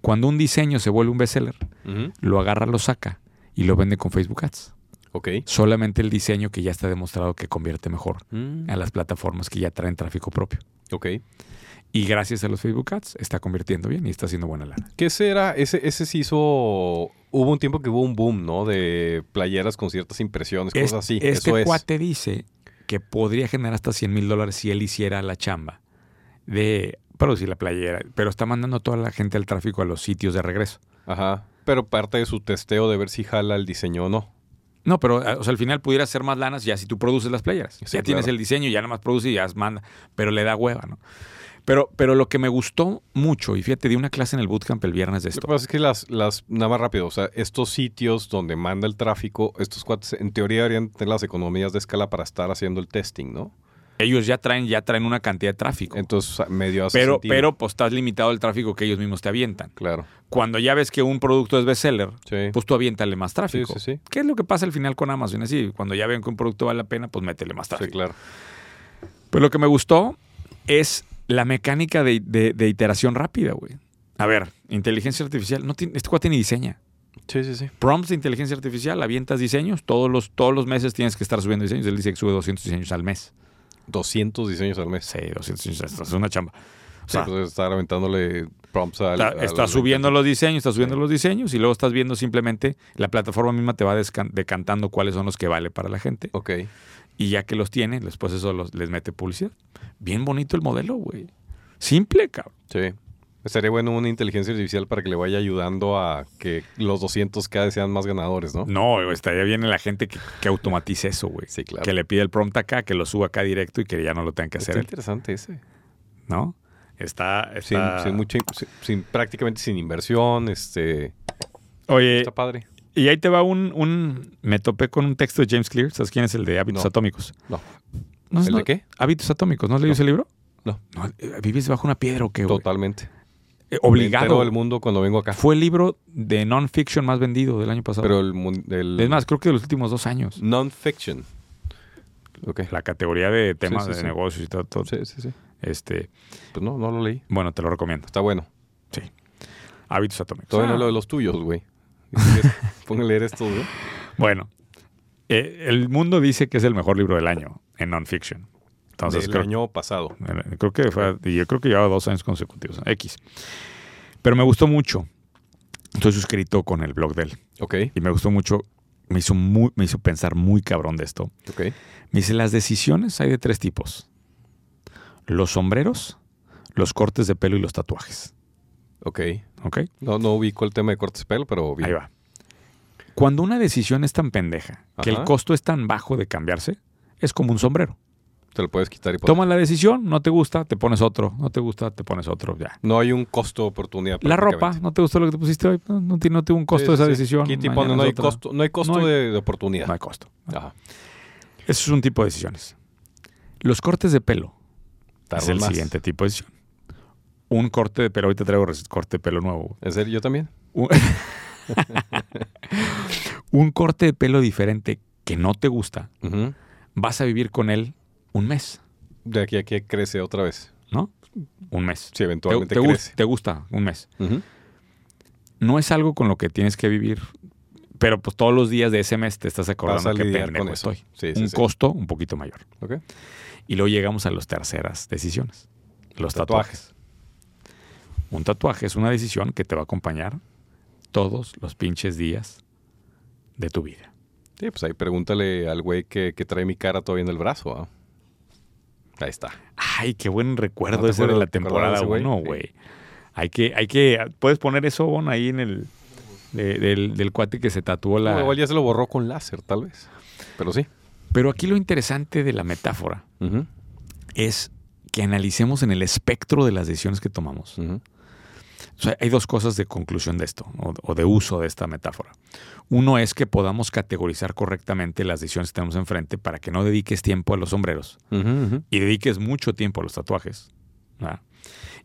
Speaker 2: Cuando un diseño se vuelve un bestseller,
Speaker 1: Ujú.
Speaker 2: lo agarra, lo saca y lo vende con Facebook Ads.
Speaker 1: Ok.
Speaker 2: Solamente el diseño que ya está demostrado que convierte mejor a las plataformas que ya traen tráfico propio.
Speaker 1: Ok.
Speaker 2: Y gracias a los Facebook Ads está convirtiendo bien y está haciendo buena lana.
Speaker 1: ¿Qué será? Ese, ese se hizo. Hubo un tiempo que hubo un boom, ¿no? De playeras con ciertas impresiones,
Speaker 2: Es-
Speaker 1: cosas así.
Speaker 2: este
Speaker 1: Eso es.
Speaker 2: cuate dice que podría generar hasta 100 mil dólares si él hiciera la chamba de producir la playera, pero está mandando a toda la gente al tráfico a los sitios de regreso.
Speaker 1: Ajá. Pero parte de su testeo de ver si jala el diseño o no.
Speaker 2: No, pero eh, o sea, al final pudiera ser más lanas ya si tú produces las playeras. ya
Speaker 1: Sí,
Speaker 2: tienes
Speaker 1: claro.
Speaker 2: el diseño, ya nada más produces y ya las manda. Pero le da hueva, ¿no? Pero, pero lo que me gustó mucho, y fíjate, di una clase en el bootcamp el viernes de
Speaker 1: Lo que
Speaker 2: esto.
Speaker 1: pasa es que las, las, nada más rápido, o sea, estos sitios donde manda el tráfico, estos cuates en teoría deberían tener las economías de escala para estar haciendo el testing, ¿no?
Speaker 2: Ellos ya traen, ya traen una cantidad de tráfico.
Speaker 1: Entonces, a- medio hace
Speaker 2: pero,
Speaker 1: sentido.
Speaker 2: pero pues estás limitado al tráfico que ellos mismos te avientan.
Speaker 1: Claro.
Speaker 2: Cuando ya ves que un producto es bestseller,
Speaker 1: Sí.
Speaker 2: pues tú aviéntale más
Speaker 1: sí,
Speaker 2: tráfico.
Speaker 1: sí, sí.
Speaker 2: ¿Qué es lo que pasa al final con Amazon? Así, cuando ya ven que un producto vale la pena, pues métele más tráfico.
Speaker 1: Sí, claro.
Speaker 2: Pero lo que me gustó es la mecánica de, de- de iteración rápida, güey. A ver, inteligencia artificial. No tiene, este cuate ni diseña.
Speaker 1: Sí, sí, sí.
Speaker 2: Prompts de inteligencia artificial, avientas diseños. Todos los, todos los meses tienes que estar subiendo diseños. Él dice que sube 200 diseños al mes.
Speaker 1: 200 diseños al mes.
Speaker 2: Sí, 200 diseños. Es una chamba. O sea,
Speaker 1: Sí, pues, estar aventándole prompts al.
Speaker 2: está,
Speaker 1: al-
Speaker 2: está
Speaker 1: al-
Speaker 2: subiendo los diseños, está subiendo
Speaker 1: Sí.
Speaker 2: los diseños y luego estás viendo simplemente la plataforma misma te va descan- decantando cuáles son los que vale para la gente.
Speaker 1: Ok.
Speaker 2: Y ya que los tiene, después eso los- les mete publicidad. Bien bonito el modelo, güey. Simple, cabrón.
Speaker 1: Sí. Estaría bueno una inteligencia artificial para que le vaya ayudando a que los 200 cada vez sean más ganadores, ¿no?
Speaker 2: No, güey, estaría bien la gente que, que automatice eso, güey.
Speaker 1: Sí, claro.
Speaker 2: Que le pida el prompt acá, que lo suba acá directo y que ya no lo tengan que
Speaker 1: Está
Speaker 2: hacer, él,
Speaker 1: interesante ese.
Speaker 2: ¿no? Está,
Speaker 1: Sin,
Speaker 2: está...
Speaker 1: sin mucha, sin- sin- prácticamente sin inversión, este.
Speaker 2: Eh. Oye,
Speaker 1: Está padre.
Speaker 2: y ahí te va un, un... Me topé con un texto de James Clear. ¿Sabes quién es el de Hábitos
Speaker 1: No.
Speaker 2: Atómicos?
Speaker 1: No.
Speaker 2: ¿No es-
Speaker 1: ¿El de
Speaker 2: no-
Speaker 1: qué?
Speaker 2: Hábitos Atómicos. ¿No has leído ese libro?
Speaker 1: No.
Speaker 2: eh, ¿Vives bajo una piedra o qué, güey?
Speaker 1: Totalmente.
Speaker 2: Eh,
Speaker 1: Me entero
Speaker 2: obligado.
Speaker 1: del mundo cuando vengo acá.
Speaker 2: Fue el libro de non-fiction más vendido del año pasado.
Speaker 1: Pero el, mun- el
Speaker 2: es más, creo que de los últimos dos años.
Speaker 1: non-fiction. Ok.
Speaker 2: La categoría de temas
Speaker 1: sí,
Speaker 2: de
Speaker 1: sí.
Speaker 2: negocios y todo. todo.
Speaker 1: Sí, sí, sí.
Speaker 2: Este,
Speaker 1: Pues no, no lo leí.
Speaker 2: bueno, te lo recomiendo.
Speaker 1: Está bueno.
Speaker 2: Hábitos atómicos.
Speaker 1: Todavía
Speaker 2: Ah.
Speaker 1: no lo de los tuyos, güey. Si quieres, Pongo a leer estos, güey.
Speaker 2: Ah. Bueno, eh, el mundo dice que es el mejor libro del año en non-fiction. Entonces,
Speaker 1: Del
Speaker 2: creo,
Speaker 1: año pasado.
Speaker 2: eh, creo que fue, y yo creo que llevaba dos años consecutivos. X. Pero me gustó mucho. Estoy suscrito con el blog de él.
Speaker 1: Ok,
Speaker 2: Y me gustó mucho. Me hizo, muy, me hizo pensar muy cabrón de esto.
Speaker 1: ok.
Speaker 2: Me dice, las decisiones hay de tres tipos. Los sombreros, los cortes de pelo y los tatuajes.
Speaker 1: Ok.
Speaker 2: ¿Ok?
Speaker 1: No, no ubico el tema de cortes de pelo, pero bien.
Speaker 2: Ahí va. Cuando una decisión es tan pendeja, que el
Speaker 1: Ajá. Pues.
Speaker 2: costo es tan bajo de cambiarse, es como un sombrero.
Speaker 1: Te lo puedes quitar y poner.
Speaker 2: Tomas la decisión, no te gusta, te pones otro, no te gusta, te pones otro, ya.
Speaker 1: No hay un costo de oportunidad.
Speaker 2: La ropa,
Speaker 1: prácticamente.
Speaker 2: no te gustó lo que te pusiste hoy, no, no, tiene- no tuvo un costo
Speaker 1: Sí, sí,
Speaker 2: esa
Speaker 1: sí.
Speaker 2: decisión.
Speaker 1: Quita y
Speaker 2: mañana
Speaker 1: pone, no
Speaker 2: es
Speaker 1: hay
Speaker 2: otra.
Speaker 1: costo, no hay costo
Speaker 2: No hay-
Speaker 1: de, de oportunidad.
Speaker 2: No hay costo.
Speaker 1: Ajá.
Speaker 2: Ese es un tipo de decisiones. Los cortes de pelo
Speaker 1: Tardo
Speaker 2: es el
Speaker 1: más.
Speaker 2: siguiente tipo de decisión. Un corte de pelo, ahorita traigo res- corte de pelo nuevo.
Speaker 1: ¿En serio? ¿Yo también?
Speaker 2: Un, un corte de pelo diferente que no te gusta,
Speaker 1: Ujú.
Speaker 2: vas a vivir con él un mes,
Speaker 1: De aquí a aquí crece otra vez.
Speaker 2: ¿no? Un mes.
Speaker 1: Si
Speaker 2: Te,
Speaker 1: eventualmente
Speaker 2: te gus-
Speaker 1: crece.
Speaker 2: te gusta un mes.
Speaker 1: Ujú.
Speaker 2: No es algo con lo que tienes que vivir, pero pues todos los días de ese mes te estás
Speaker 1: Vas a
Speaker 2: acordando que
Speaker 1: lidiar
Speaker 2: pendejo
Speaker 1: con eso.
Speaker 2: estoy.
Speaker 1: Sí, sí,
Speaker 2: un
Speaker 1: sí.
Speaker 2: costo un poquito mayor.
Speaker 1: Ok.
Speaker 2: Y luego llegamos a las terceras decisiones. Los tatuajes. Un tatuaje es una decisión que te va a acompañar todos los pinches días de tu vida.
Speaker 1: Sí, pues ahí pregúntale al güey que, que trae mi cara todavía en el brazo. ¿ah? Ahí está.
Speaker 2: Ay, qué buen
Speaker 1: ¿No
Speaker 2: recuerdo
Speaker 1: te
Speaker 2: ese de la
Speaker 1: acuerdas- te
Speaker 2: temporada
Speaker 1: acordabas de ese güey?
Speaker 2: 1,
Speaker 1: Sí.
Speaker 2: güey. Hay que, hay que, puedes poner eso, Bon, ahí en el, de- del, del cuate que se tatuó
Speaker 1: Bueno,
Speaker 2: la...
Speaker 1: igual ya se lo borró con láser, tal vez. Pero sí.
Speaker 2: Pero aquí lo interesante de la metáfora
Speaker 1: Ujú,
Speaker 2: es que analicemos en el espectro de las decisiones que tomamos.
Speaker 1: ujú.
Speaker 2: O sea, hay dos cosas de conclusión de esto, o, o de uso de esta metáfora. Uno es que podamos categorizar correctamente las decisiones que tenemos enfrente para que no dediques tiempo a los sombreros
Speaker 1: Ujú, ujú.
Speaker 2: y dediques mucho tiempo a los tatuajes. ¿verdad?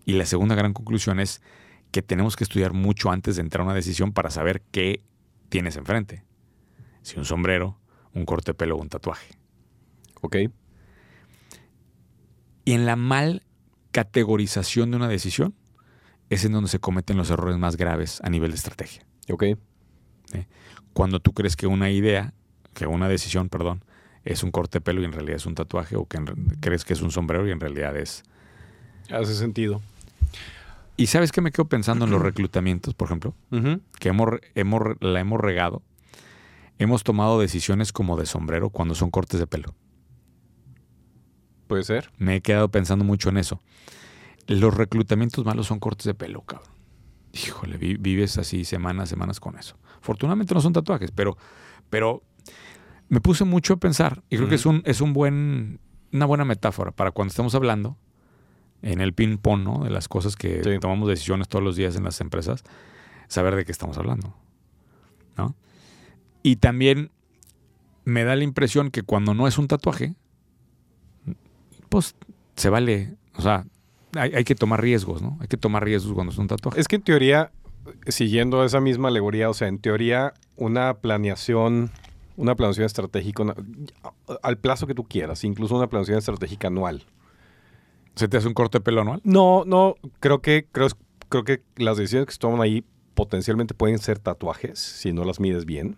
Speaker 2: Y la segunda gran conclusión es que tenemos que estudiar mucho antes de entrar a una decisión para saber qué tienes enfrente. Si un sombrero, un corte de pelo o un tatuaje.
Speaker 1: Ok.
Speaker 2: Y en la mal categorización de una decisión es en donde se cometen los errores más graves a nivel de estrategia.
Speaker 1: Ok.
Speaker 2: cuando tú crees que una idea, que una decisión, perdón, es un corte de pelo y en realidad es un tatuaje, o que en re- crees que es un sombrero y en realidad es.
Speaker 1: Hace sentido.
Speaker 2: Y sabes que me quedo pensando en los reclutamientos, por ejemplo,
Speaker 1: Ujú.
Speaker 2: que hemos, re- hemos, re- la hemos regado. Hemos tomado decisiones como de sombrero cuando son cortes de pelo.
Speaker 1: Puede ser.
Speaker 2: Me he quedado pensando mucho en eso. Los reclutamientos malos son cortes de pelo, cabrón. Híjole, vi- vives así semanas, semanas con eso. Afortunadamente no son tatuajes, pero, pero me puse mucho a pensar y creo que es,
Speaker 1: Ujú.
Speaker 2: un, es un buen, una buena metáfora para cuando estamos hablando en el ping-pong, ¿no? De las cosas que
Speaker 1: Sí.
Speaker 2: tomamos decisiones todos los días en las empresas, saber de qué estamos hablando, ¿no? Y también me da la impresión que cuando no es un tatuaje, pues se vale, o sea, hay, hay que tomar riesgos, ¿no? Hay que tomar riesgos cuando es un tatuaje.
Speaker 1: Es que en teoría, siguiendo esa misma alegoría, o sea, en teoría, una planeación, una planeación estratégica, una- al plazo que tú quieras, incluso una planeación estratégica anual.
Speaker 2: ¿Se te hace un corte de pelo anual?
Speaker 1: No, no, creo que, creo, creo que las decisiones que se toman ahí potencialmente pueden ser tatuajes, si no las mides bien.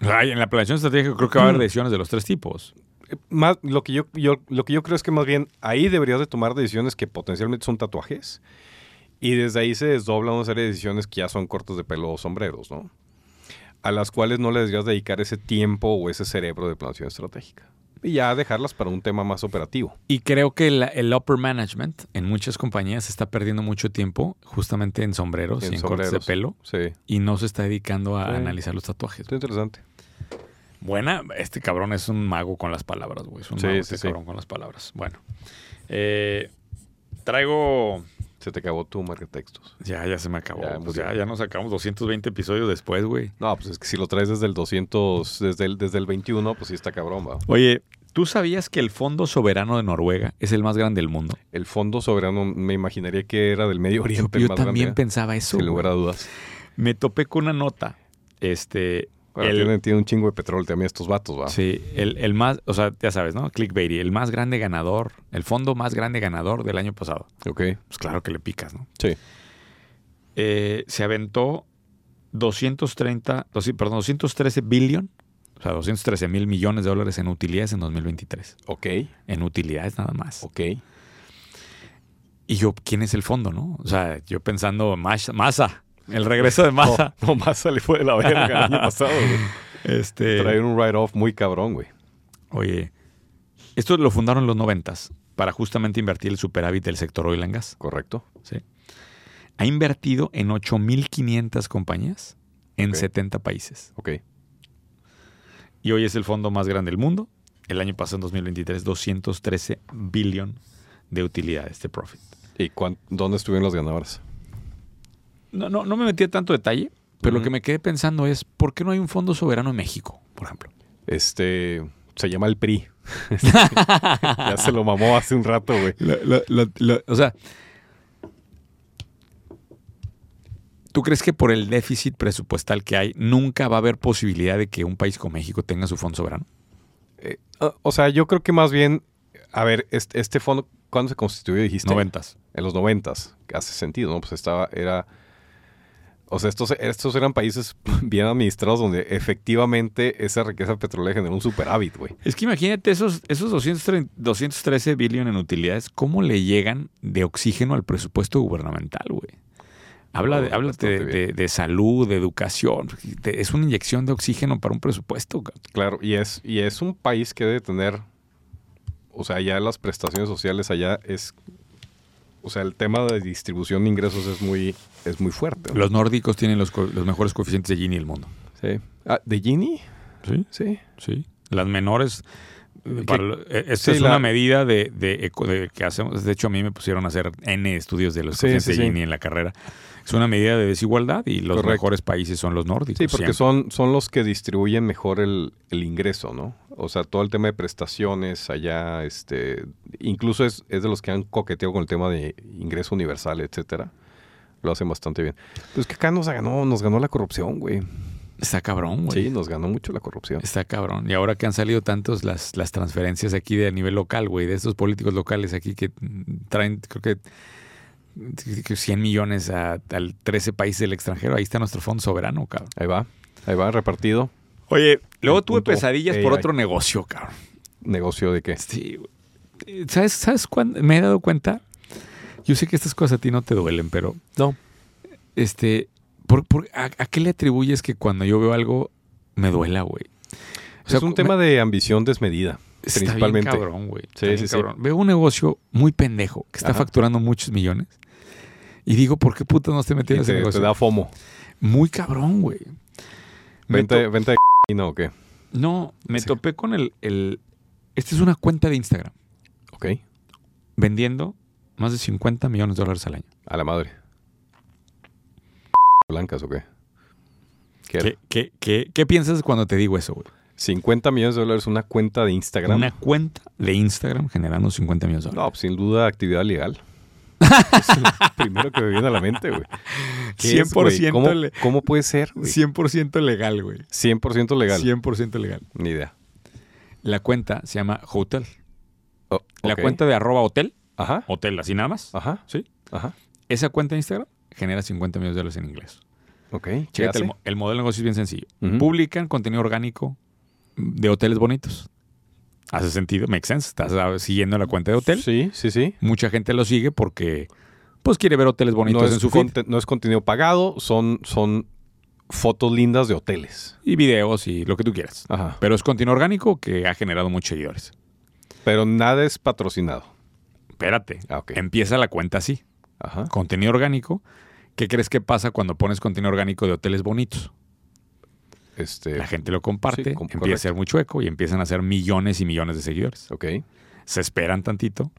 Speaker 2: Ay, en la planeación estratégica creo que va a
Speaker 1: Mm.
Speaker 2: haber decisiones de los tres tipos.
Speaker 1: Eh, Más, lo, que yo, yo- lo que yo creo es que más bien ahí deberías de tomar decisiones que potencialmente son tatuajes y desde ahí se desdobla una serie de decisiones que ya son cortos de pelo o sombreros, ¿no? A las cuales no le deberías dedicar ese tiempo o ese cerebro de planeación estratégica. Y ya dejarlas para un tema más operativo.
Speaker 2: Y creo que la- el upper management en muchas compañías está perdiendo mucho tiempo justamente en sombreros y en cortes
Speaker 1: sombreros.
Speaker 2: de pelo
Speaker 1: Sí,
Speaker 2: y no se está dedicando a
Speaker 1: Sí.
Speaker 2: analizar los tatuajes.
Speaker 1: está interesante.
Speaker 2: Buena, este cabrón es un mago con las palabras, güey. Es un
Speaker 1: Sí,
Speaker 2: mago
Speaker 1: sí,
Speaker 2: este
Speaker 1: sí.
Speaker 2: cabrón con las palabras. Bueno. Eh, traigo.
Speaker 1: Se te acabó tu marca de textos.
Speaker 2: Ya, ya se me acabó.
Speaker 1: Ya,
Speaker 2: Pues
Speaker 1: muy
Speaker 2: ya,
Speaker 1: bien.
Speaker 2: ya nos sacamos 220 episodios después, güey.
Speaker 1: No, pues es que si lo traes desde el 200, desde el, desde el 21, pues sí está cabrón, va.
Speaker 2: Oye, ¿tú sabías que el Fondo Soberano de Noruega es el más grande del mundo?
Speaker 1: El fondo soberano me imaginaría que era del Medio
Speaker 2: Yo,
Speaker 1: Oriente.
Speaker 2: yo
Speaker 1: más
Speaker 2: también
Speaker 1: grande, ¿eh?
Speaker 2: pensaba eso.
Speaker 1: Sin lugar
Speaker 2: güey.
Speaker 1: a dudas.
Speaker 2: Me topé con una nota. Este.
Speaker 1: Bueno,
Speaker 2: el-
Speaker 1: tienen, tienen un chingo de petróleo también estos vatos, ¿va?
Speaker 2: Sí, el, el más, o sea, ya sabes, ¿no? Clickbait, el más grande ganador, el fondo más grande ganador del año pasado.
Speaker 1: Ok.
Speaker 2: Pues claro que le picas, ¿no?
Speaker 1: Sí.
Speaker 2: eh, se aventó 230, 200, perdón, 213 billion, o sea, 213 mil millones de dólares en utilidades en 2023.
Speaker 1: Ok.
Speaker 2: En utilidades nada más.
Speaker 1: Ok.
Speaker 2: Y yo, ¿quién es el fondo, no? O sea, yo pensando, Mas- Masa, el regreso de Masa.
Speaker 1: No, más le fue de la verga el año pasado, güey.
Speaker 2: Este,
Speaker 1: Eh, Traer un write-off muy cabrón, güey.
Speaker 2: oye, esto lo fundaron en los noventas para justamente invertir el superávit del sector oil and gas.
Speaker 1: Correcto.
Speaker 2: ¿sí? Ha invertido en 8.500 compañías en
Speaker 1: Ok.
Speaker 2: 70 países.
Speaker 1: Ok.
Speaker 2: y hoy es el fondo más grande del mundo. El año pasado, en 2023, 213 billón de utilidades de profit.
Speaker 1: ¿Y cuán- dónde estuvieron los ganadores?
Speaker 2: No, no, no me metí a tanto detalle, pero lo
Speaker 1: Ujú.
Speaker 2: que me quedé pensando es, ¿por qué no hay un fondo soberano en México, por ejemplo?
Speaker 1: Este. se llama el PRI. Este, ya se lo mamó hace un rato, güey.
Speaker 2: Lo- lo- lo- lo- o sea, ¿tú crees que por el déficit presupuestal que hay, nunca va a haber posibilidad de que un país como México tenga su fondo soberano?
Speaker 1: Eh, o- o sea, yo creo que más bien, a ver, este, este fondo, ¿cuándo se constituyó, dijiste?
Speaker 2: Noventas.
Speaker 1: En los noventas. que Hace sentido, ¿no? Pues estaba, era... O sea, estos, estos eran países bien administrados donde efectivamente esa riqueza petrolera generó un superávit, güey.
Speaker 2: Es que imagínate esos, esos 230 213 billones en utilidades, ¿cómo le llegan de oxígeno al presupuesto gubernamental, güey? Habla de,
Speaker 1: No,
Speaker 2: háblate de,
Speaker 1: Oh, bastante
Speaker 2: de- de salud, de educación. de- es una inyección de oxígeno para un presupuesto. cabrón.
Speaker 1: Claro, y es, y es un país que debe tener, o sea, ya las prestaciones sociales allá es, o sea, el tema de distribución de ingresos es muy, es muy fuerte. ¿no?
Speaker 2: Los nórdicos tienen los, co- los mejores coeficientes de Gini del mundo.
Speaker 1: Sí. Ah, ¿De Gini?
Speaker 2: ¿Sí?
Speaker 1: Sí.
Speaker 2: Sí. Las menores. eh,
Speaker 1: Que-
Speaker 2: para lo- eh, esta
Speaker 1: sí,
Speaker 2: es una
Speaker 1: la-
Speaker 2: medida de, de eco- de que hacemos. De hecho, a mí me pusieron a hacer N estudios de los
Speaker 1: Sí,
Speaker 2: coeficientes
Speaker 1: sí,
Speaker 2: de
Speaker 1: sí.
Speaker 2: Gini en la carrera. Es una medida de desigualdad y los
Speaker 1: Correcto.
Speaker 2: mejores países son los nórdicos.
Speaker 1: Sí, porque
Speaker 2: siempre.
Speaker 1: son, son los que distribuyen mejor el, el ingreso, ¿no? O sea, todo el tema de prestaciones allá, este, incluso es, es de los que han coqueteado con el tema de ingreso universal, etcétera. Lo hacen bastante bien. Pero es que acá nos ganó, nos ganó la corrupción, güey.
Speaker 2: Está cabrón, güey.
Speaker 1: Sí, nos ganó mucho la corrupción.
Speaker 2: Está cabrón. Y ahora que han salido tantos las, las transferencias aquí de a nivel local, güey, de estos políticos locales aquí que mm, traen, creo que, mm, que 100 millones a, al 13 países del extranjero. Ahí está nuestro fondo soberano, cabrón.
Speaker 1: Ahí va, ahí va, repartido.
Speaker 2: Oye, luego
Speaker 1: El
Speaker 2: tuve
Speaker 1: punto
Speaker 2: pesadillas por
Speaker 1: AI.
Speaker 2: otro negocio, cabrón.
Speaker 1: ¿Negocio de qué?
Speaker 2: Sí, güey. Eh, ¿Sabes, ¿Sabes cuándo? Me he dado cuenta. Yo sé que estas cosas a ti no te duelen, pero.
Speaker 1: No.
Speaker 2: Este. ¿por, por- a, a qué le atribuyes que cuando yo veo algo me duela, güey? O sea,
Speaker 1: es un
Speaker 2: me-
Speaker 1: tema de ambición desmedida.
Speaker 2: está bien
Speaker 1: principalmente.
Speaker 2: cabrón, güey.
Speaker 1: Sí,
Speaker 2: Está bien
Speaker 1: sí, sí.
Speaker 2: cabrón. Veo un negocio muy pendejo que está
Speaker 1: Ajá.
Speaker 2: facturando muchos millones. Y digo, ¿por qué puta no te
Speaker 1: Y
Speaker 2: metiendo en ese
Speaker 1: te, te
Speaker 2: negocio?
Speaker 1: da fomo.
Speaker 2: Muy cabrón, güey. Me
Speaker 1: Venta,
Speaker 2: to-
Speaker 1: venta de c- ¿no? o qué?
Speaker 2: No, me
Speaker 1: Sí.
Speaker 2: topé con el, el. Esta es una cuenta de Instagram
Speaker 1: Ok.
Speaker 2: vendiendo más de 50 millones de dólares al año.
Speaker 1: A la madre. ¿Blancas o qué? ¿Qué era?
Speaker 2: ¿Qué, qué, qué, qué piensas cuando te digo eso, güey?
Speaker 1: 50 millones de dólares una cuenta de Instagram.
Speaker 2: Una cuenta de Instagram generando 50 millones de dólares.
Speaker 1: No, pues, sin duda actividad legal. es lo primero que me viene a la mente, güey. ¿Qué es, güey?
Speaker 2: 100%
Speaker 1: ¿Cómo,
Speaker 2: le-
Speaker 1: cómo puede ser? güey?
Speaker 2: 100% legal, güey.
Speaker 1: 100% legal.
Speaker 2: 100% legal.
Speaker 1: Ni idea.
Speaker 2: La cuenta se llama Hotel.
Speaker 1: Oh,
Speaker 2: La
Speaker 1: ok.
Speaker 2: cuenta de arroba hotel,
Speaker 1: Ajá.
Speaker 2: hotel así nada más.
Speaker 1: Ajá.
Speaker 2: Sí.
Speaker 1: Ajá.
Speaker 2: Esa cuenta de Instagram genera 50 millones de dólares en inglés.
Speaker 1: Ok. ¿qué hace?
Speaker 2: Chécate, el, mo- el modelo de negocio es bien sencillo.
Speaker 1: Ujú.
Speaker 2: Publican contenido orgánico de hoteles bonitos. Hace sentido, makes sense. Estás ah, siguiendo la cuenta de hotel.
Speaker 1: Sí, sí, sí.
Speaker 2: Mucha gente lo sigue porque pues quiere ver hoteles bonitos
Speaker 1: no es,
Speaker 2: en su feed.
Speaker 1: conte- no es contenido pagado, son, son fotos lindas de hoteles.
Speaker 2: y videos y lo que tú quieras.
Speaker 1: Ajá.
Speaker 2: Pero es contenido orgánico que ha generado muchos seguidores.
Speaker 1: Pero nada es patrocinado.
Speaker 2: Espérate.
Speaker 1: Ah, ok. Ah.
Speaker 2: Empieza la cuenta así.
Speaker 1: Ajá.
Speaker 2: Contenido orgánico. ¿Qué crees que pasa cuando pones contenido orgánico de hoteles bonitos?
Speaker 1: Este.
Speaker 2: La gente lo comparte,
Speaker 1: sí, com-
Speaker 2: empieza a
Speaker 1: correcto.
Speaker 2: ser mucho eco y empiezan a ser millones y millones de seguidores.
Speaker 1: Ok.
Speaker 2: Se esperan tantito,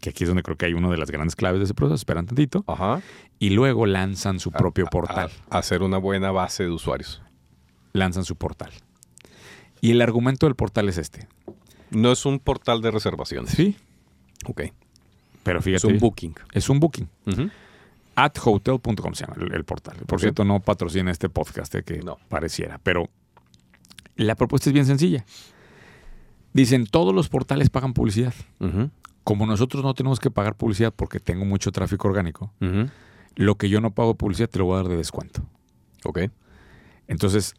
Speaker 2: que aquí es donde creo que hay una de las grandes claves de ese proceso, esperan tantito,
Speaker 1: Ajá.
Speaker 2: y luego lanzan
Speaker 1: Ah,
Speaker 2: su propio
Speaker 1: A-
Speaker 2: portal.
Speaker 1: a hacer una buena base de usuarios.
Speaker 2: Lanzan su portal. Y el argumento del portal es este.
Speaker 1: No es un portal de reservaciones.
Speaker 2: Sí,
Speaker 1: Ok.
Speaker 2: pero fíjate.
Speaker 1: Es un booking.
Speaker 2: es un booking.
Speaker 1: Ujú.
Speaker 2: athotel.com se llama el, el portal. Por
Speaker 1: Ok.
Speaker 2: cierto, no patrocina este podcast eh, que
Speaker 1: No.
Speaker 2: pareciera, pero la propuesta es bien sencilla. Dicen, todos los portales pagan publicidad.
Speaker 1: Ujú.
Speaker 2: Como nosotros no tenemos que pagar publicidad porque tengo mucho tráfico orgánico,
Speaker 1: Ujú.
Speaker 2: lo que yo no pago publicidad te lo voy a dar de descuento.
Speaker 1: Ok.
Speaker 2: Entonces,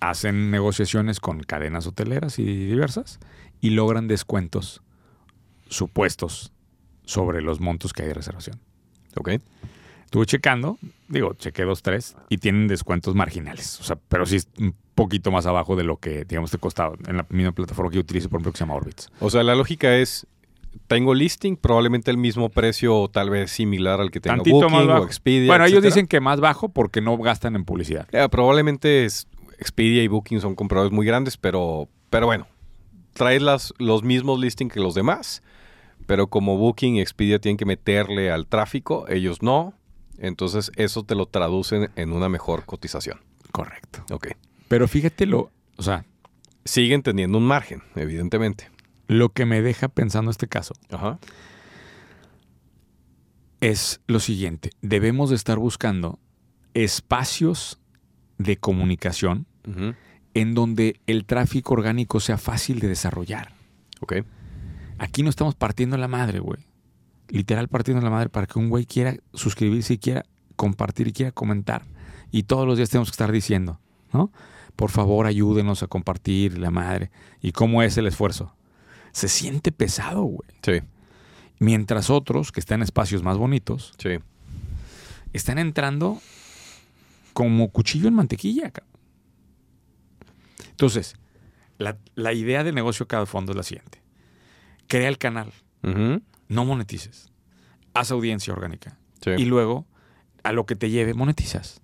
Speaker 2: hacen negociaciones con cadenas hoteleras y diversas y logran descuentos supuestos sobre los montos que hay de reservación.
Speaker 1: Ok.
Speaker 2: Estuve checando, digo, chequé dos, tres, y tienen descuentos marginales. O sea, pero sí es un poquito más abajo de lo que, digamos, te costaba en la misma plataforma que yo utilizo, por ejemplo, que se llama Orbitz.
Speaker 1: O sea, la lógica es. Tengo listing, probablemente el mismo precio o tal vez similar al que tenga
Speaker 2: Tantito
Speaker 1: Booking
Speaker 2: más bajo.
Speaker 1: o Expedia.
Speaker 2: bueno, ellos
Speaker 1: etcétera.
Speaker 2: dicen que más bajo porque no gastan en publicidad.
Speaker 1: Eh, probablemente es- Expedia y Booking son compradores muy grandes, pero, pero bueno, traes las, los mismos listings que los demás, pero como Booking y Expedia tienen que meterle al tráfico, ellos no. Entonces eso te lo traducen en una mejor cotización.
Speaker 2: Correcto.
Speaker 1: Ok.
Speaker 2: Pero fíjate lo, o sea,
Speaker 1: siguen teniendo un margen, evidentemente.
Speaker 2: Lo que me deja pensando este caso
Speaker 1: Ajá.
Speaker 2: es lo siguiente. Debemos de estar buscando espacios de comunicación
Speaker 1: Ujú.
Speaker 2: en donde el tráfico orgánico sea fácil de desarrollar.
Speaker 1: Ok.
Speaker 2: Aquí no estamos partiendo la madre, güey. Literal partiendo la madre para que un güey quiera suscribirse y quiera compartir y quiera comentar. Y todos los días tenemos que estar diciendo, ¿no? Por favor, ayúdenos a compartir la madre. ¿Y cómo es el esfuerzo? Se siente pesado, güey.
Speaker 1: Sí,
Speaker 2: Mientras otros, que están en espacios más bonitos,
Speaker 1: sí.
Speaker 2: están entrando como cuchillo en mantequilla. cabrón. Entonces, la, la idea del negocio cada fondo es la siguiente. Crea el canal,
Speaker 1: Ujú.
Speaker 2: no monetices. Haz audiencia orgánica.
Speaker 1: Sí.
Speaker 2: Y luego, a lo que te lleve, monetizas.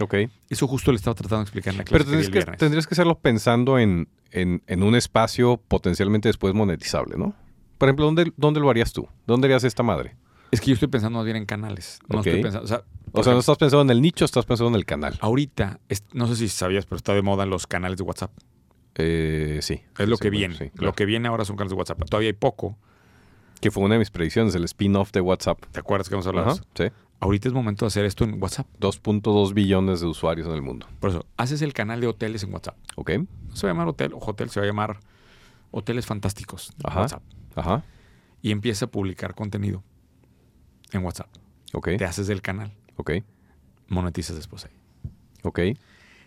Speaker 1: ok.
Speaker 2: Eso justo le estaba tratando de explicar en la
Speaker 1: Pero
Speaker 2: clase que di
Speaker 1: tendrías
Speaker 2: el
Speaker 1: que,
Speaker 2: viernes.
Speaker 1: tendrías que hacerlo pensando en, en- en un espacio potencialmente después monetizable, ¿no? Por ejemplo, ¿dónde, ¿dónde lo harías tú? ¿Dónde harías esta madre?
Speaker 2: Es que yo estoy pensando más bien en canales. No
Speaker 1: Ok.
Speaker 2: estoy pensando... O sea,
Speaker 1: O
Speaker 2: por
Speaker 1: sea, no
Speaker 2: ejemplo,
Speaker 1: estás pensando en el nicho, estás pensando en el canal.
Speaker 2: ahorita, es- no sé si sabías, pero está de moda los canales de WhatsApp.
Speaker 1: Eh, sí.
Speaker 2: Es lo
Speaker 1: Sí,
Speaker 2: que
Speaker 1: bueno,
Speaker 2: viene.
Speaker 1: sí, claro.
Speaker 2: Lo que viene ahora son canales de WhatsApp. Todavía hay poco.
Speaker 1: Que fue una de mis predicciones, el spin-off de WhatsApp.
Speaker 2: ¿Te acuerdas que hemos hablado de
Speaker 1: Ajá,
Speaker 2: eso?
Speaker 1: sí.
Speaker 2: Ahorita es momento de hacer esto en WhatsApp.
Speaker 1: 2.2 billones de usuarios en el mundo.
Speaker 2: Por eso, haces el canal de hoteles en WhatsApp.
Speaker 1: ¿Ok?
Speaker 2: No se va a llamar hotel o hotel, se va a llamar hoteles fantásticos en
Speaker 1: Ajá.
Speaker 2: WhatsApp.
Speaker 1: Ajá.
Speaker 2: Y empieza a publicar contenido en WhatsApp.
Speaker 1: Ok.
Speaker 2: Te haces del canal,
Speaker 1: Ok.
Speaker 2: monetizas después ahí.
Speaker 1: Ok.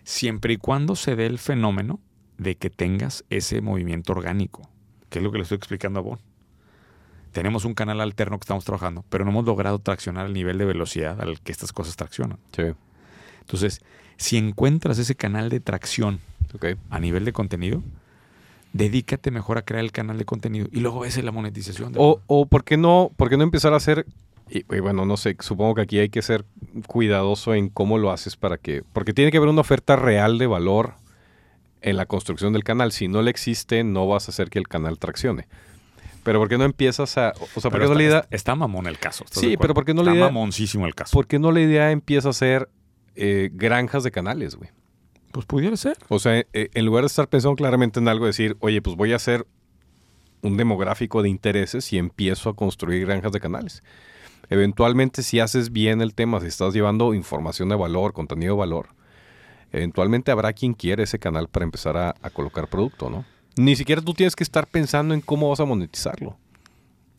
Speaker 2: Siempre y cuando se dé el fenómeno de que tengas ese movimiento orgánico, que es lo que le estoy explicando a Bon. Tenemos un canal alterno que estamos trabajando, pero no hemos logrado traccionar el nivel de velocidad al que estas cosas traccionan.
Speaker 1: Sí.
Speaker 2: Entonces, si encuentras ese canal de tracción
Speaker 1: Ok.
Speaker 2: a nivel de contenido, dedícate mejor a crear el canal de contenido y luego ves la monetización. de-
Speaker 1: O, o ¿por, qué no, ¿por qué no empezar a hacer... Y, y bueno, no sé, supongo que aquí hay que ser cuidadoso en cómo lo haces para que... Porque tiene que haber una oferta real de valor en la construcción del canal. Si no le existe, no vas a hacer que el canal traccione. Pero ¿por qué no empiezas a... O sea, ¿por
Speaker 2: Pero
Speaker 1: qué no
Speaker 2: está,
Speaker 1: le da...
Speaker 2: está mamón el caso. ¿estás
Speaker 1: Sí,
Speaker 2: de acuerdo?
Speaker 1: pero ¿por qué no le
Speaker 2: Está
Speaker 1: da-
Speaker 2: mamoncísimo el caso.
Speaker 1: ¿Por qué no la idea empieza a ser eh, granjas de canales, güey?
Speaker 2: Pues pudiera ser.
Speaker 1: O sea, eh, en lugar de estar pensando claramente en algo, decir, oye, pues voy a hacer un demográfico de intereses y empiezo a construir granjas de canales. Eventualmente, si haces bien el tema, si estás llevando información de valor, contenido de valor, eventualmente habrá quien quiera ese canal para empezar a, a colocar producto, ¿no? Ni siquiera tú tienes que estar pensando en cómo vas a monetizarlo.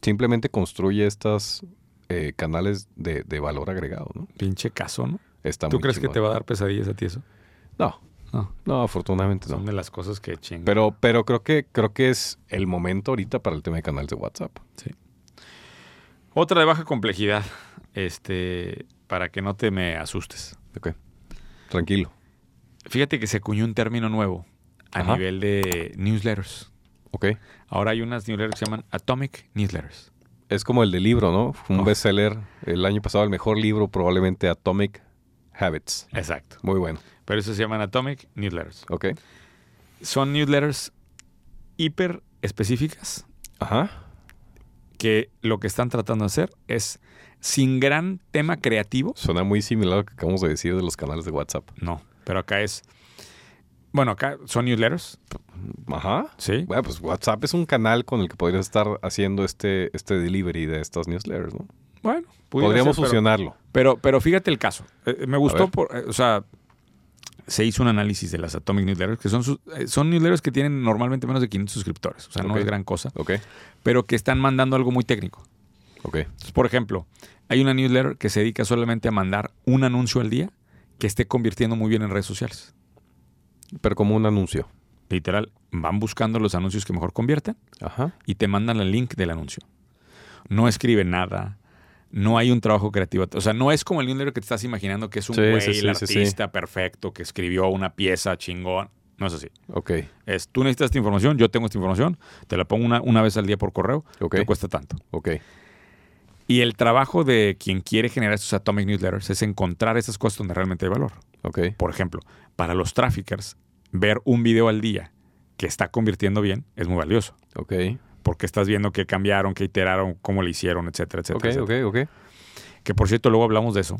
Speaker 1: Simplemente construye estas eh, canales de, de valor agregado, ¿no?
Speaker 2: Pinche caso, ¿no?
Speaker 1: Está
Speaker 2: ¿Tú
Speaker 1: muy
Speaker 2: crees que
Speaker 1: chingón.
Speaker 2: te va a dar pesadillas a ti eso?
Speaker 1: No,
Speaker 2: No.
Speaker 1: no, afortunadamente no.
Speaker 2: Son de las cosas que chingan.
Speaker 1: Pero, pero creo que creo que es el momento ahorita para el tema de canales de WhatsApp.
Speaker 2: Otra de baja complejidad, este, para que no te me asustes.
Speaker 1: Ok. Tranquilo.
Speaker 2: Fíjate que se acuñó un término nuevo a
Speaker 1: Ajá.
Speaker 2: nivel de newsletters.
Speaker 1: Ok.
Speaker 2: Ahora hay unas newsletters que se llaman Atomic Newsletters.
Speaker 1: Es como el del libro, ¿no? Fue un
Speaker 2: Oh.
Speaker 1: bestseller. El año pasado, el mejor libro, probablemente Atomic Habits.
Speaker 2: Exacto.
Speaker 1: Muy bueno.
Speaker 2: Pero eso se llaman Atomic Newsletters.
Speaker 1: Ok.
Speaker 2: Son newsletters hiper específicas
Speaker 1: Ajá.
Speaker 2: que lo que están tratando de hacer es sin gran tema creativo.
Speaker 1: Suena muy similar a lo que acabamos de decir de los canales de WhatsApp.
Speaker 2: No, pero acá es. Bueno, acá son newsletters,
Speaker 1: Ajá.
Speaker 2: ¿sí?
Speaker 1: Bueno, pues WhatsApp es un canal con el que podrías estar haciendo este, este delivery de estas newsletters, ¿no?
Speaker 2: Bueno, pudiera
Speaker 1: Podríamos
Speaker 2: ser, pero-
Speaker 1: fusionarlo.
Speaker 2: Pero, pero fíjate el caso. Eh, me gustó,
Speaker 1: ver.
Speaker 2: por, eh, o sea, se hizo un análisis de las Atomic Newsletters, que son, sus- eh, son newsletters que tienen normalmente menos de 500 suscriptores, o sea, no
Speaker 1: Ok.
Speaker 2: es gran cosa,
Speaker 1: Ok.
Speaker 2: pero que están mandando algo muy técnico.
Speaker 1: Ok.
Speaker 2: Entonces, por ejemplo, hay una newsletter que se dedica solamente a mandar un anuncio al día que esté convirtiendo muy bien en redes sociales.
Speaker 1: Pero como un anuncio.
Speaker 2: Literal, van buscando los anuncios que mejor convierten
Speaker 1: Ajá.
Speaker 2: y te mandan el link del anuncio. No escribe nada. No hay un trabajo creativo. O sea, no es como el newsletter que te estás imaginando que es un
Speaker 1: Sí,
Speaker 2: güey,
Speaker 1: sí, sí,
Speaker 2: el
Speaker 1: sí, sí.
Speaker 2: artista perfecto que escribió una pieza chingón. No es así.
Speaker 1: Ok.
Speaker 2: Es tú necesitas esta información, yo tengo esta información, te la pongo una, una vez al día por correo,
Speaker 1: Ok.
Speaker 2: te cuesta tanto.
Speaker 1: Ok.
Speaker 2: Y el trabajo de quien quiere generar estos Atomic Newsletters es encontrar esas cosas donde realmente hay valor.
Speaker 1: Ok.
Speaker 2: Por ejemplo, para los traffickers, ver un video al día que está convirtiendo bien es muy valioso.
Speaker 1: Ok.
Speaker 2: porque estás viendo qué cambiaron, qué iteraron, cómo le hicieron, etcétera, etcétera.
Speaker 1: Ok, ok,
Speaker 2: etcétera.
Speaker 1: ok.
Speaker 2: Que por cierto, luego hablamos de eso,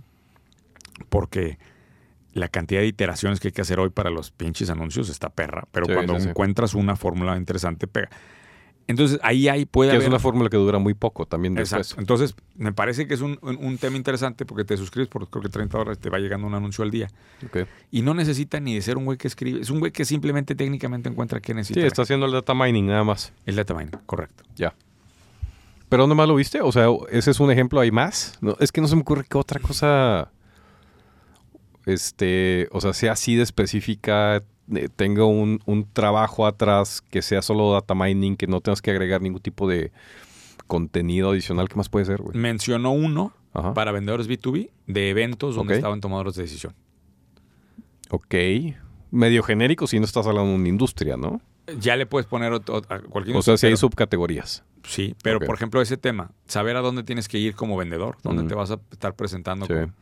Speaker 2: porque la cantidad de iteraciones que hay que hacer hoy para los pinches anuncios está perra. Pero
Speaker 1: Sí,
Speaker 2: cuando
Speaker 1: sí, sí.
Speaker 2: encuentras una fórmula interesante, pega. Entonces ahí, ahí puede
Speaker 1: Que
Speaker 2: haber.
Speaker 1: es una fórmula que dura muy poco también
Speaker 2: Exacto.
Speaker 1: después.
Speaker 2: Entonces, me parece que es un, un- un tema interesante porque te suscribes por creo que 30 dólares te va llegando un anuncio al día.
Speaker 1: Ok.
Speaker 2: Y no necesita ni de ser un güey que escribe. Es un güey que simplemente técnicamente encuentra qué
Speaker 1: Sí,
Speaker 2: necesita.
Speaker 1: está haciendo el data mining nada más.
Speaker 2: El data mining, correcto.
Speaker 1: Ya. ¿Pero nomás lo viste? O sea, ese es un ejemplo. ¿Hay más? No, es que no se me ocurre que otra cosa. Este. O sea, sea así de específica. eh, tenga un, un trabajo atrás que sea solo data mining, que no tengas que agregar ningún tipo de contenido adicional. ¿Qué más puede ser, güey?
Speaker 2: Mencionó uno
Speaker 1: Ajá.
Speaker 2: para vendedores B2B de eventos donde
Speaker 1: Ah. Ok.
Speaker 2: estaban tomadores de decisión.
Speaker 1: Ok. Medio genérico si no estás hablando de una industria, ¿no?
Speaker 2: Ya le puedes poner ot- ot- a cualquier
Speaker 1: O sea, si hay
Speaker 2: pero-
Speaker 1: subcategorías.
Speaker 2: Sí, pero
Speaker 1: Ok.
Speaker 2: por ejemplo ese tema, saber a dónde tienes que ir como vendedor, dónde
Speaker 1: Ujú.
Speaker 2: te vas a estar presentando.
Speaker 1: Sí.
Speaker 2: como-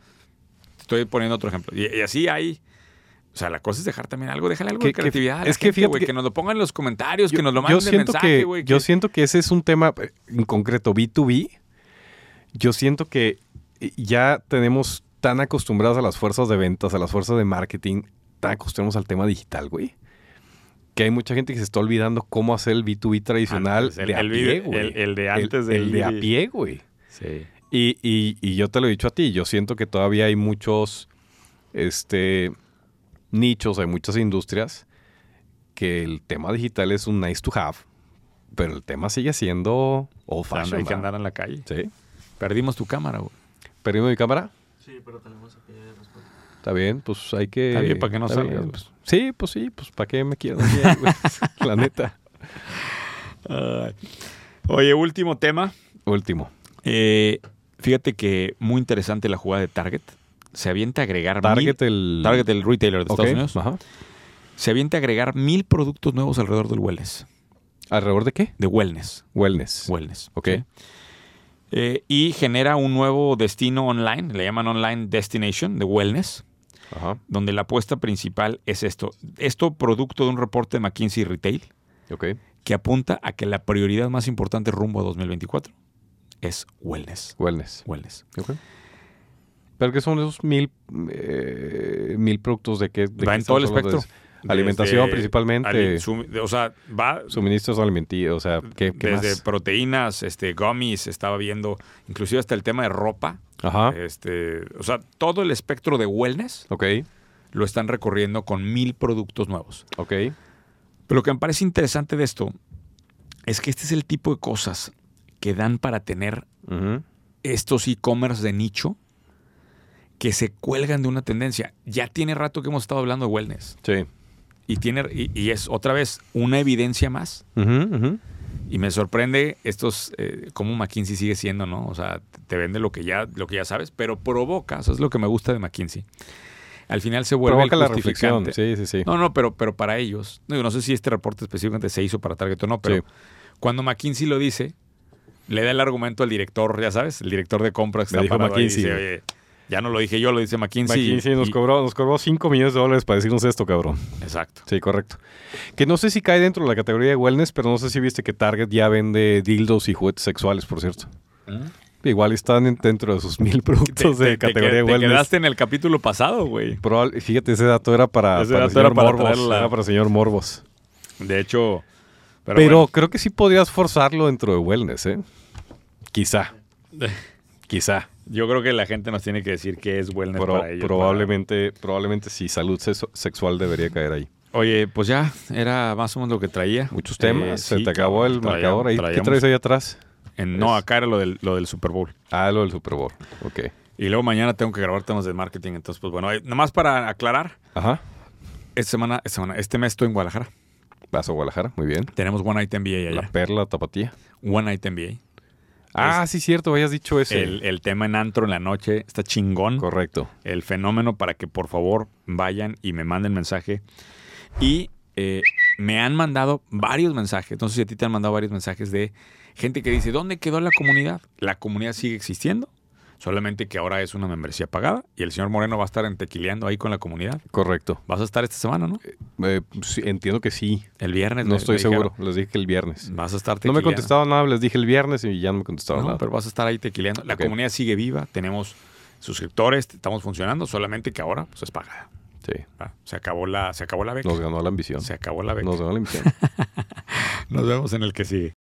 Speaker 2: Estoy poniendo otro ejemplo. Y, y así hay... O sea, la cosa es dejar también algo, déjale algo de
Speaker 1: Que- que-
Speaker 2: creatividad. a la
Speaker 1: es que
Speaker 2: gente,
Speaker 1: fíjate
Speaker 2: güey, que,
Speaker 1: que-
Speaker 2: nos lo pongan en los comentarios, que nos lo
Speaker 1: Yo-
Speaker 2: manden
Speaker 1: yo siento
Speaker 2: mensaje,
Speaker 1: que,
Speaker 2: güey.
Speaker 1: Yo
Speaker 2: que-
Speaker 1: siento que ese es un tema eh, en concreto B2B. Yo siento que eh, ya tenemos tan acostumbrados a las fuerzas de ventas, a las fuerzas de marketing, tan acostumbrados al tema digital, güey. Que hay mucha gente que se está olvidando cómo hacer el B2B tradicional
Speaker 2: Antes, el-
Speaker 1: de a
Speaker 2: el
Speaker 1: pie,
Speaker 2: video-
Speaker 1: güey.
Speaker 2: el- el de antes de
Speaker 1: El, el de
Speaker 2: ir
Speaker 1: a
Speaker 2: y-
Speaker 1: pie, güey.
Speaker 2: Sí.
Speaker 1: Y, y- y yo te lo he dicho a ti, yo siento que todavía hay muchos este, nichos, hay muchas industrias que el tema digital es un nice to have, pero el tema sigue siendo old
Speaker 2: O sea, no
Speaker 1: fashioned.
Speaker 2: hay que
Speaker 1: ¿verdad?
Speaker 2: andar en la calle.
Speaker 1: Sí.
Speaker 2: Perdimos tu cámara, güey.
Speaker 1: Perdí mi cámara.
Speaker 3: Sí, pero tenemos que pedir respuesta.
Speaker 1: Está bien, pues hay que.
Speaker 2: Está bien, para que no
Speaker 1: está
Speaker 2: salgas,
Speaker 1: bien,
Speaker 2: pues.
Speaker 1: pues. Sí, pues sí, pues para qué me quiero. güey? la neta.
Speaker 2: Ay. Oye, último tema.
Speaker 1: Último.
Speaker 2: Eh, fíjate que muy interesante la jugada de Target. Se avienta a agregar
Speaker 1: Target
Speaker 2: mil-
Speaker 1: el.
Speaker 2: Target, el retailer de
Speaker 1: Ok,
Speaker 2: Estados Unidos.
Speaker 1: ajá.
Speaker 2: Se avienta a agregar mil productos nuevos alrededor del wellness.
Speaker 1: ¿Alrededor de qué?
Speaker 2: De wellness.
Speaker 1: Wellness.
Speaker 2: Wellness.
Speaker 1: Ok.
Speaker 2: ¿sí? Eh, y genera un nuevo destino online. Le llaman online destination de wellness.
Speaker 1: Ajá.
Speaker 2: Donde la apuesta principal es esto. Esto producto de un reporte de McKinsey Retail.
Speaker 1: Ok.
Speaker 2: que apunta a que la prioridad más importante rumbo a 2024 es wellness.
Speaker 1: Wellness.
Speaker 2: Wellness.
Speaker 1: Ok. ¿Pero qué son esos mil, eh, mil productos de qué? de
Speaker 2: Va
Speaker 1: qué
Speaker 2: en todo el
Speaker 1: estamos hablando?
Speaker 2: espectro.
Speaker 1: Alimentación
Speaker 2: Desde
Speaker 1: principalmente,
Speaker 2: ali- sumi- o sea, va
Speaker 1: suministros alimenticios, o sea, ¿qué, qué
Speaker 2: desde
Speaker 1: más?
Speaker 2: proteínas, este, gummies, estaba viendo, inclusive hasta el tema de ropa.
Speaker 1: Ajá,
Speaker 2: Este, o sea, todo el espectro de wellness
Speaker 1: ok,
Speaker 2: lo están recorriendo con mil productos nuevos.
Speaker 1: ok,
Speaker 2: Pero lo que me parece interesante de esto es que este es el tipo de cosas que dan para tener
Speaker 1: ujú,
Speaker 2: estos e-commerce de nicho que se cuelgan de una tendencia. Ya tiene rato que hemos estado hablando de wellness
Speaker 1: sí.
Speaker 2: y, tiene, y, y es otra vez una evidencia más.
Speaker 1: Ujú, ujú.
Speaker 2: Y me sorprende estos, eh, cómo McKinsey sigue siendo, ¿no? O sea, te vende lo que ya, lo que ya sabes, pero provoca, eso es lo que me gusta de McKinsey. Al final se vuelve
Speaker 1: Provoca
Speaker 2: el
Speaker 1: la reflexión,
Speaker 2: justificante.
Speaker 1: sí, sí, sí.
Speaker 2: No, no, pero, pero para ellos, no, yo no sé si este reporte específicamente se hizo para Target o no, pero
Speaker 1: Sí.
Speaker 2: cuando McKinsey lo dice, le da el argumento al director, ya sabes, el director de compras que
Speaker 1: Me
Speaker 2: está
Speaker 1: dijo
Speaker 2: parado ahí y
Speaker 1: McKinsey.
Speaker 2: dice, "Oye, ya no lo dije yo, lo dice McKinsey.
Speaker 1: McKinsey nos
Speaker 2: Y-
Speaker 1: cobró, nos cobró 5 millones de dólares para decirnos esto, cabrón.
Speaker 2: Exacto.
Speaker 1: Sí, correcto. Que no sé si cae dentro de la categoría de wellness, pero no sé si viste que Target ya vende dildos y juguetes sexuales, por cierto. Igual están en- dentro de sus mil productos ¿Mm? de categoría de
Speaker 2: te
Speaker 1: wellness.
Speaker 2: quedaste en el capítulo pasado, güey.
Speaker 1: Probable- fíjate, ese dato era para,
Speaker 2: Ese
Speaker 1: para
Speaker 2: dato
Speaker 1: señor
Speaker 2: era para
Speaker 1: Morbos.
Speaker 2: traerla.
Speaker 1: Era para señor Morbos.
Speaker 2: De hecho, pero,
Speaker 1: Pero, creo que sí podrías forzarlo dentro de wellness, ¿eh? Quizá.
Speaker 2: bueno,
Speaker 1: Quizá.
Speaker 2: yo creo que la gente nos tiene que decir qué es wellness
Speaker 1: Pro-
Speaker 2: para ellos.
Speaker 1: probablemente, probablemente sí, salud sexo- sexual debería caer ahí.
Speaker 2: para- Oye, pues ya era más o menos lo que traía.
Speaker 1: Muchos temas.
Speaker 2: Eh,
Speaker 1: Se
Speaker 2: sí,
Speaker 1: te acabó
Speaker 2: cabrón,
Speaker 1: el
Speaker 2: traíamos-
Speaker 1: marcador ahí. ¿Qué
Speaker 2: traíamos-
Speaker 1: traes ahí atrás?
Speaker 2: en- no, acá era lo del, lo del Super Bowl.
Speaker 1: Ah, lo del Super Bowl. Ok.
Speaker 2: Y luego mañana tengo que grabar temas de marketing. Entonces, pues bueno, eh, nada más para aclarar,
Speaker 1: Ajá.
Speaker 2: esta semana, esta semana, este mes estoy en Guadalajara.
Speaker 1: Vas a Guadalajara. Muy bien.
Speaker 2: Tenemos One Night NBA
Speaker 1: La
Speaker 2: allá.
Speaker 1: perla tapatía.
Speaker 2: One Night NBA.
Speaker 1: Ah, sí, cierto. Habías dicho ese.
Speaker 2: El, el tema en antro en la noche está chingón.
Speaker 1: Correcto.
Speaker 2: El fenómeno para que por favor vayan y me manden mensaje. Y eh, me han mandado varios mensajes. Entonces, si a ti te han mandado varios mensajes de gente que dice, ¿dónde quedó la comunidad? La comunidad sigue existiendo. Solamente que ahora es una membresía pagada y el señor Moreno va a estar entequileando ahí con la comunidad.
Speaker 1: Correcto.
Speaker 2: Vas a estar esta semana, ¿no?
Speaker 1: Eh, sí, entiendo que sí.
Speaker 2: El viernes.
Speaker 1: No
Speaker 2: me-
Speaker 1: estoy
Speaker 2: me dijeron,
Speaker 1: seguro. Les dije que el viernes.
Speaker 2: Vas a
Speaker 1: No
Speaker 2: estar
Speaker 1: me
Speaker 2: tequileando".
Speaker 1: contestaron nada, les dije el viernes y ya no me contestaron
Speaker 2: No,
Speaker 1: nada.
Speaker 2: pero vas a estar ahí tequileando. La
Speaker 1: Ok.
Speaker 2: comunidad sigue viva, tenemos suscriptores, estamos funcionando, solamente que ahora pues, es pagada.
Speaker 1: Sí,
Speaker 2: Ah, Se acabó la, se acabó la beca.
Speaker 1: nos ganó la ambición.
Speaker 2: Se acabó la beca.
Speaker 1: Nos ganó la ambición.
Speaker 2: Nos vemos en el que sigue.